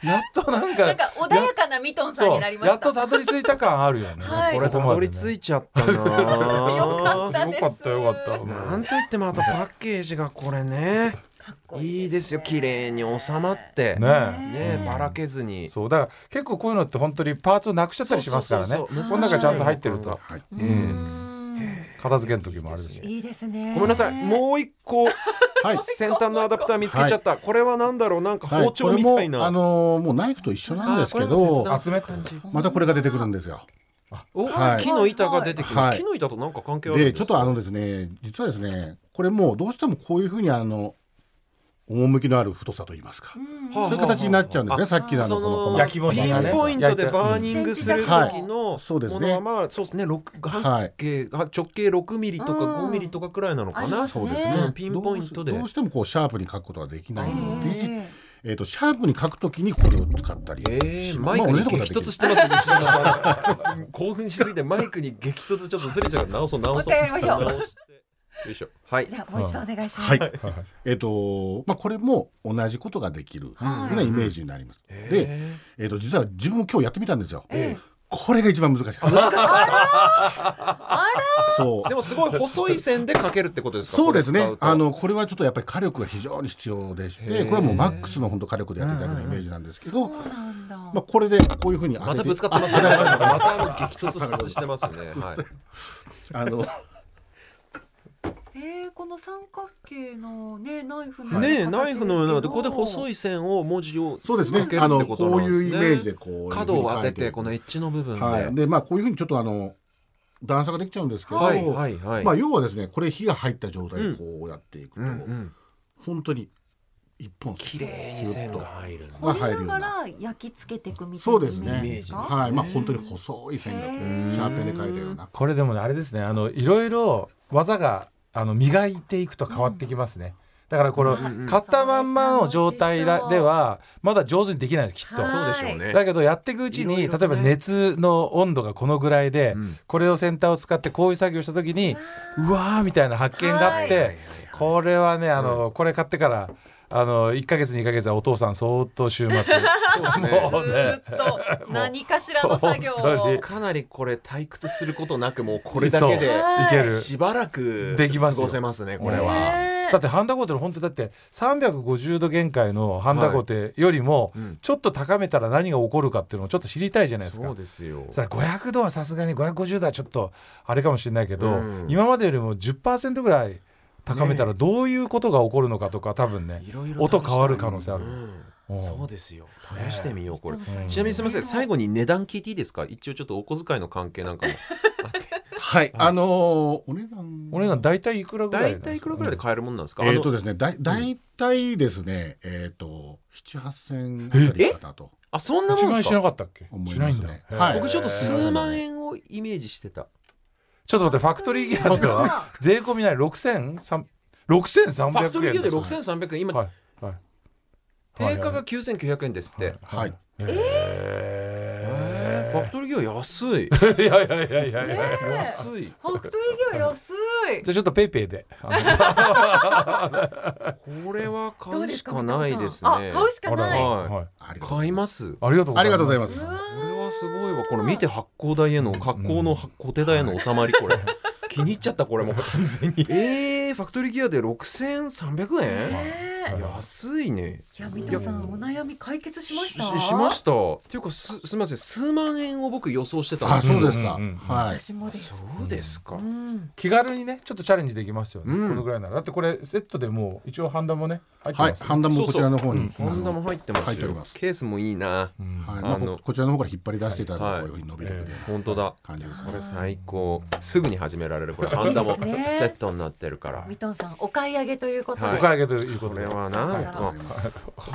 Speaker 2: やっとなんか
Speaker 1: なんか穏やかなミトンさんになりま
Speaker 2: や
Speaker 1: し。
Speaker 2: ったとたどり着いた感あるよね、
Speaker 1: はい
Speaker 3: これたどり着
Speaker 2: い
Speaker 3: いちゃったな
Speaker 1: よかった
Speaker 2: よ
Speaker 1: です。
Speaker 2: かったよかった
Speaker 3: なんといってもまたパッケージがこれね
Speaker 1: かっこ
Speaker 3: いいですよ綺麗に収まって
Speaker 2: ね
Speaker 3: ねえばらけずに
Speaker 2: そうだから結構こういうのって本当にパーツをなくしちゃったりしますからね
Speaker 3: そうそうそうそ
Speaker 2: こ
Speaker 3: う
Speaker 2: の中ちゃんと入ってる
Speaker 3: は
Speaker 2: と
Speaker 4: はい、
Speaker 1: う
Speaker 3: ええ
Speaker 1: ん
Speaker 2: 片付けの時もあるし、
Speaker 1: いいですね。
Speaker 3: ごめんなさいもう一個先端のアダプター見つけちゃったこれは何だろうなんか
Speaker 4: はい
Speaker 3: 包丁みたい
Speaker 4: これも
Speaker 3: な
Speaker 4: あのーもうナイフと一緒なんですけ
Speaker 3: あーこれも切
Speaker 4: ど
Speaker 3: 断
Speaker 2: 集めてる
Speaker 4: またこれが出てくるんですよ
Speaker 3: お
Speaker 4: はい
Speaker 3: 木の板が出てくる
Speaker 4: はい
Speaker 3: 木の板となんか関係あるん
Speaker 4: で
Speaker 3: です
Speaker 4: ちょ
Speaker 3: か
Speaker 4: っとあのですね実はですねこれもうどうしてもこういうふうにあの趣のある太さといいますか、
Speaker 3: はあ
Speaker 4: そういう形になっちゃうんですね、
Speaker 3: あ
Speaker 4: さっきのあのこ
Speaker 3: その
Speaker 4: の細かい
Speaker 2: 焼き物
Speaker 3: ピ
Speaker 2: が
Speaker 3: ン
Speaker 2: ね
Speaker 3: ポイントでバーニングする時
Speaker 4: は
Speaker 3: の
Speaker 4: いそうです
Speaker 3: も
Speaker 4: ね
Speaker 3: のはまあそうですね六半径が直径6ミリとか
Speaker 1: うん
Speaker 3: 5ミリとかくらいなのか
Speaker 1: ありま
Speaker 3: な
Speaker 1: す
Speaker 4: そうです
Speaker 1: ね
Speaker 4: ね、
Speaker 3: うんピンポイントで
Speaker 4: どうしどうしてもこうシャープに書くことはできないので、え
Speaker 1: え
Speaker 4: ーとシャープに書くときにこれを使ったり、
Speaker 3: えー
Speaker 4: ま
Speaker 3: マ
Speaker 4: あ
Speaker 3: イクに
Speaker 4: 同じことは
Speaker 3: 激
Speaker 4: できる
Speaker 3: 突してますね西山さん 興奮しすぎてマイクに激突ちょっとずれちゃうから直そう直そう
Speaker 1: もう一回やりましょう
Speaker 3: 直してよいしょはい
Speaker 1: えじゃあもう一度お願いします。
Speaker 4: はい、
Speaker 2: はいはい
Speaker 4: えっ、とまあこれも同じことができるよう
Speaker 1: はい
Speaker 4: なイメージになります。で、
Speaker 3: え
Speaker 4: えっ、と実は自分も今日やってみたんですよ。
Speaker 1: ええ
Speaker 4: これが一番難しかった。
Speaker 3: 難しかっ
Speaker 1: あ
Speaker 4: そ
Speaker 3: た
Speaker 4: う
Speaker 3: で。もすごい細い線で書けるってことですか
Speaker 4: そうです
Speaker 3: これ
Speaker 4: ね
Speaker 3: 使と
Speaker 4: あのこれはちょっとやっぱり火力が非常に必要でしてこ
Speaker 3: へー
Speaker 4: れはもうマックスの本当火力でやっていただくイメージなんですけ
Speaker 1: ら
Speaker 4: ど、
Speaker 1: そうなんだ。
Speaker 4: まあ、これでこういうふうに当て
Speaker 3: またぶつかってますねまたあの激突してますねはい
Speaker 4: ああの
Speaker 1: えー、この三角形のねナイフのような
Speaker 3: ねえナイフのようなのでここで細
Speaker 1: い
Speaker 3: い線を文字を
Speaker 4: そうですね
Speaker 3: 書ける
Speaker 4: あ
Speaker 3: って
Speaker 4: の
Speaker 3: こ
Speaker 4: ことう
Speaker 3: なんです
Speaker 4: いう
Speaker 3: ね
Speaker 4: イメージでこういうふうに
Speaker 3: 角を当て
Speaker 4: 書
Speaker 3: て
Speaker 4: い
Speaker 3: このエッジの部分で、
Speaker 4: はい、でまあこういうふうにちょっとあの段差ができちゃうんですけど、
Speaker 3: はいはいはい
Speaker 4: まあ、要はですねこれ火が入った状態でこうやっていくと、
Speaker 3: うんうん、
Speaker 4: 本当に一本
Speaker 3: 綺麗に線が入るんだ
Speaker 4: が入
Speaker 1: な
Speaker 4: るよう
Speaker 1: が
Speaker 4: な
Speaker 1: ら焼き付けていくみたい
Speaker 4: そう
Speaker 1: なイメ
Speaker 4: ですね
Speaker 1: ージですか。
Speaker 4: はいまあ本当に細い線が
Speaker 1: へ
Speaker 4: シ
Speaker 1: ー
Speaker 4: ャーペンで描いたような
Speaker 2: これでもねあれですねあのいろいろ技があの磨いていくと変わってきますね、だからこの
Speaker 1: うん
Speaker 3: うん
Speaker 2: 買ったまんまの状態だ
Speaker 1: 楽しそう
Speaker 2: ではまだ上手にできないのきっと、
Speaker 1: はい
Speaker 3: そうでしょうね
Speaker 2: だけどやっていくうちに
Speaker 3: いろいろね
Speaker 2: 例えば熱の温度がこのぐらいで、
Speaker 3: うん
Speaker 2: これをセンターを使ってこういう作業した時にうわーみたいな発見があって、
Speaker 3: はいはいはい
Speaker 2: これはねあの、これ買ってからあの1か月2か月はお父さん相当週末
Speaker 3: そうですね
Speaker 2: もう
Speaker 1: ず
Speaker 2: ね
Speaker 1: ーっと何かしらの作業を。
Speaker 2: 本当に
Speaker 3: かなりこれ退屈することなくもうこれだけ
Speaker 2: そう
Speaker 3: で
Speaker 1: はい
Speaker 2: ける
Speaker 3: しばらく
Speaker 2: できます
Speaker 3: 過
Speaker 2: よ
Speaker 3: ごせますねこれは、
Speaker 1: ねえ
Speaker 2: だってハンダゴテの本当だって350度限界のハンダゴテよりも
Speaker 3: はいうん
Speaker 2: ちょっと高めたら何が起こるかっていうのをちょっと知りたいじゃないですか。
Speaker 3: ですよ
Speaker 2: それ500度はさすがに550度はちょっとあれかもしれないけど、
Speaker 3: うん
Speaker 2: 今までよりも10%ぐらい高めたらどういうことが起こるのかとか多分ね
Speaker 3: いろいろ試したい
Speaker 2: 音変わる可能性ある、
Speaker 3: う
Speaker 2: うんん
Speaker 3: そうですよ試してみようこれ、
Speaker 1: ねえ
Speaker 3: ちなみにすみません最後に値段聞いていいですか一応ちょっとお小遣いの関係な んかも
Speaker 4: はいあのーお値段
Speaker 2: お値段大体いくらぐらいなん
Speaker 3: 大
Speaker 2: ですか
Speaker 3: 体いくらぐらいで買えるもんなんですか、
Speaker 4: え
Speaker 3: あ
Speaker 4: っ、
Speaker 3: の
Speaker 4: とですねだ大体ですねえっ、と7 8 0 0 0あたりかなと
Speaker 3: あそんな
Speaker 2: 一
Speaker 3: もん
Speaker 2: 番
Speaker 3: で
Speaker 2: し
Speaker 3: す
Speaker 2: な
Speaker 3: か
Speaker 2: かったっけ
Speaker 4: 思
Speaker 2: し
Speaker 4: い
Speaker 2: な
Speaker 4: ま
Speaker 2: い
Speaker 4: す
Speaker 2: んだ、
Speaker 4: ね
Speaker 2: へー
Speaker 4: はい
Speaker 3: 僕ちょっと数万円をイメージしてた
Speaker 2: ちょっと待ってファクトリーギアで は税込みない6300 6300円
Speaker 3: ファクトリーギア
Speaker 2: で
Speaker 3: で
Speaker 2: す
Speaker 3: 6300円今、
Speaker 2: はいはい
Speaker 3: 定価が9900円ですって、
Speaker 4: はい
Speaker 2: え
Speaker 3: ファクトリーギア安 い
Speaker 2: ー、いやいやいやいやいや、
Speaker 3: 安い
Speaker 1: ファクトリー業安い
Speaker 2: じ。ゃあちょっとペイペイであの
Speaker 3: これは買
Speaker 1: どう
Speaker 3: う
Speaker 1: で
Speaker 3: し
Speaker 1: すか
Speaker 3: かないです
Speaker 1: 皆さん
Speaker 3: ね
Speaker 1: あ買うしかない。
Speaker 3: あ
Speaker 1: う
Speaker 3: らはい
Speaker 2: はい、
Speaker 4: ありがとう
Speaker 3: 買いますこ
Speaker 2: ありがとう
Speaker 4: ありがとうござい
Speaker 2: ま
Speaker 4: ます
Speaker 1: ーん
Speaker 3: れはすごいわこの見て発光台への格好の発光手台への収まりこ れ気に入っちゃったこれもう完全にえー、ファクトリーギアで6300円
Speaker 1: ねえ
Speaker 3: 安いね
Speaker 1: いや、三田さん、お悩み解決しました。
Speaker 3: しましたっていうかすすみません数万円を僕予想してたん
Speaker 4: あ
Speaker 3: ですけど
Speaker 4: そうですか、
Speaker 2: うんうんうん
Speaker 4: はい
Speaker 1: 私もです。
Speaker 3: そうですか、
Speaker 1: うん。
Speaker 2: 気軽にねちょっとチャレンジできますよね、
Speaker 3: うん
Speaker 2: このぐらいならだってこれセットでもう一応ハンダもね入って
Speaker 4: はい、
Speaker 2: ます、
Speaker 4: ハンダもこちらの方に
Speaker 3: ハンダも入ってます
Speaker 4: 入ってお
Speaker 3: よ
Speaker 4: ります
Speaker 3: ケースもいいな、
Speaker 4: はい
Speaker 3: あ
Speaker 4: まあ、
Speaker 3: の
Speaker 4: ここちらの方から引っ張り出していただ
Speaker 3: はい
Speaker 4: くとこういうふうに伸びてくるよう
Speaker 3: 本当だ
Speaker 4: な感じです
Speaker 3: これ最高すぐに始められるこれハ
Speaker 1: いい
Speaker 3: ンダ
Speaker 1: で
Speaker 3: も
Speaker 1: すね
Speaker 3: セットになってるから
Speaker 1: ミトンさんお買い上げということで、
Speaker 3: は
Speaker 2: お買い上げというこ
Speaker 3: ことれ
Speaker 2: で
Speaker 3: はなんか、
Speaker 1: は
Speaker 3: か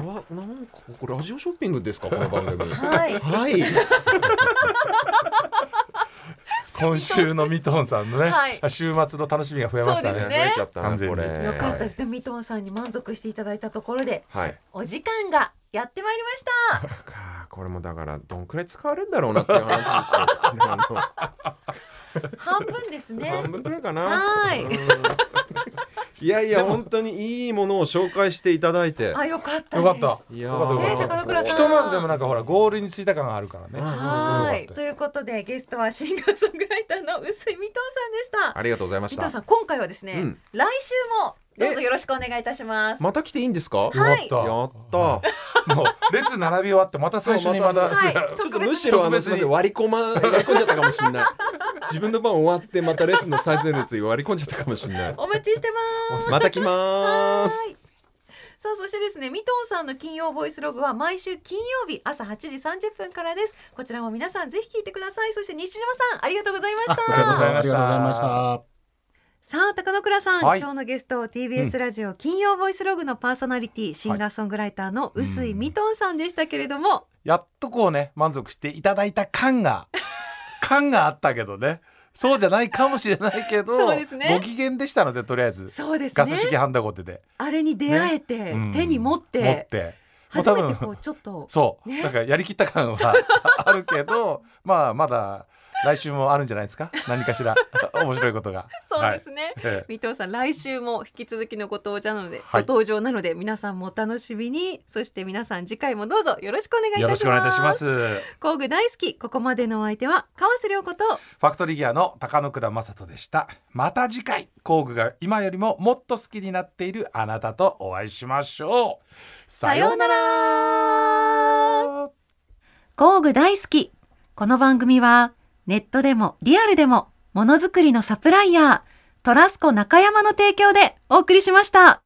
Speaker 3: わなんかこれラジオショッピングですかこの番組
Speaker 1: はい
Speaker 3: はい
Speaker 2: 今週のミトンさんのね、
Speaker 1: はい
Speaker 2: 週末の楽しみが増えました
Speaker 1: そうです
Speaker 2: ね
Speaker 1: ね
Speaker 3: 増えちゃったな
Speaker 2: 完全に
Speaker 3: これ
Speaker 1: よかったです、でミトンさんに満足していただいたところで
Speaker 3: はい
Speaker 1: お時間がやってまいりました
Speaker 3: かこれもだからどんくらい使われるんだろうなっていう 話ですよあ
Speaker 1: 半分です
Speaker 3: の
Speaker 1: ね
Speaker 3: 半分くらいかな
Speaker 1: はい
Speaker 3: いやいや本当にいいものを紹介していただいて
Speaker 1: あよかった
Speaker 2: よ
Speaker 1: で
Speaker 2: か
Speaker 1: す
Speaker 2: った
Speaker 3: いや
Speaker 2: よかったよ
Speaker 1: ね
Speaker 2: か
Speaker 1: 宝
Speaker 2: っ
Speaker 1: 倉
Speaker 2: た
Speaker 1: さん
Speaker 2: ひとまずでもなんかほらゴールについた感があるからね
Speaker 1: はい
Speaker 2: うん
Speaker 1: ということでゲストはシンガーソングライターの臼井ミトンさんでした
Speaker 3: ありがとうございまし
Speaker 1: ミトンさ
Speaker 3: た
Speaker 1: ん今回はですね、
Speaker 3: うん
Speaker 1: 来週もどうぞよろしくお願いいたします
Speaker 3: また来ていいんですか
Speaker 1: はい
Speaker 2: よ
Speaker 3: や
Speaker 2: かっ
Speaker 3: っ
Speaker 2: たもう列並び終わってまた最初にまた
Speaker 1: はい
Speaker 3: ちょっと
Speaker 1: 特別に
Speaker 3: むしろあ
Speaker 2: 特
Speaker 3: の
Speaker 2: 別
Speaker 3: す
Speaker 2: に
Speaker 3: みません割り込ま割り込んじゃったかもしれない自分の番終わってまた列の最前列に割り込んじゃったかもしれない
Speaker 1: お待ちしてます
Speaker 3: また来まーす
Speaker 1: はいさあそしてですねミトンさんの金曜ボイスログは毎週金曜日朝8時30分からですこちらも皆さんぜひ聞いてくださいそして西島さんありがとうございました
Speaker 2: ありがとうございました
Speaker 4: ありがとうございました。
Speaker 1: さあ高野倉さん、
Speaker 2: はい
Speaker 1: 今日のゲスト TBS ラジオ金曜ボイスログのパーソナリティ、シンガーソングライターの臼井ミトンさんでしたけれども、
Speaker 2: やっとこうね満足していただいた 感が感があったけどねそうじゃないかもしれないけど
Speaker 1: そうですね
Speaker 2: ご機嫌でしたのでとりあえず、
Speaker 1: そうです
Speaker 2: ガ
Speaker 1: ね
Speaker 2: ス式ハンダゴテで
Speaker 1: あれに出会えて、
Speaker 2: うん
Speaker 1: 手に持って
Speaker 2: 持ってもう
Speaker 1: 初
Speaker 2: 多
Speaker 1: め
Speaker 2: 分
Speaker 1: てこうちょっと
Speaker 2: そう、
Speaker 1: ね
Speaker 2: なんかやりきった感はあるけどまあまだ来週もあるんじゃないですか何か しら面白いことが
Speaker 1: そうですね、
Speaker 2: はいええ
Speaker 1: 三藤さん来週も引き続きのご登場なので、
Speaker 2: はい
Speaker 1: ご登場なので皆さんもお楽しみにそして皆さん次回もどうぞよろしくお願いい
Speaker 2: よ
Speaker 1: た
Speaker 2: ろし
Speaker 1: し
Speaker 2: くお願いい
Speaker 1: ま
Speaker 2: た
Speaker 1: す
Speaker 2: します
Speaker 1: 工具大好きここまでのお相手は川瀬良子と
Speaker 2: ファクトリーギアの高野倉正人でしたまた次回工具が今よりももっと好きになっているあなたとお会いしましょう
Speaker 1: さようなら
Speaker 2: ら
Speaker 1: 工具大好きこの番組はネットでもリアルでもものづくりのサプライヤートラスコ中山の提供でお送りしました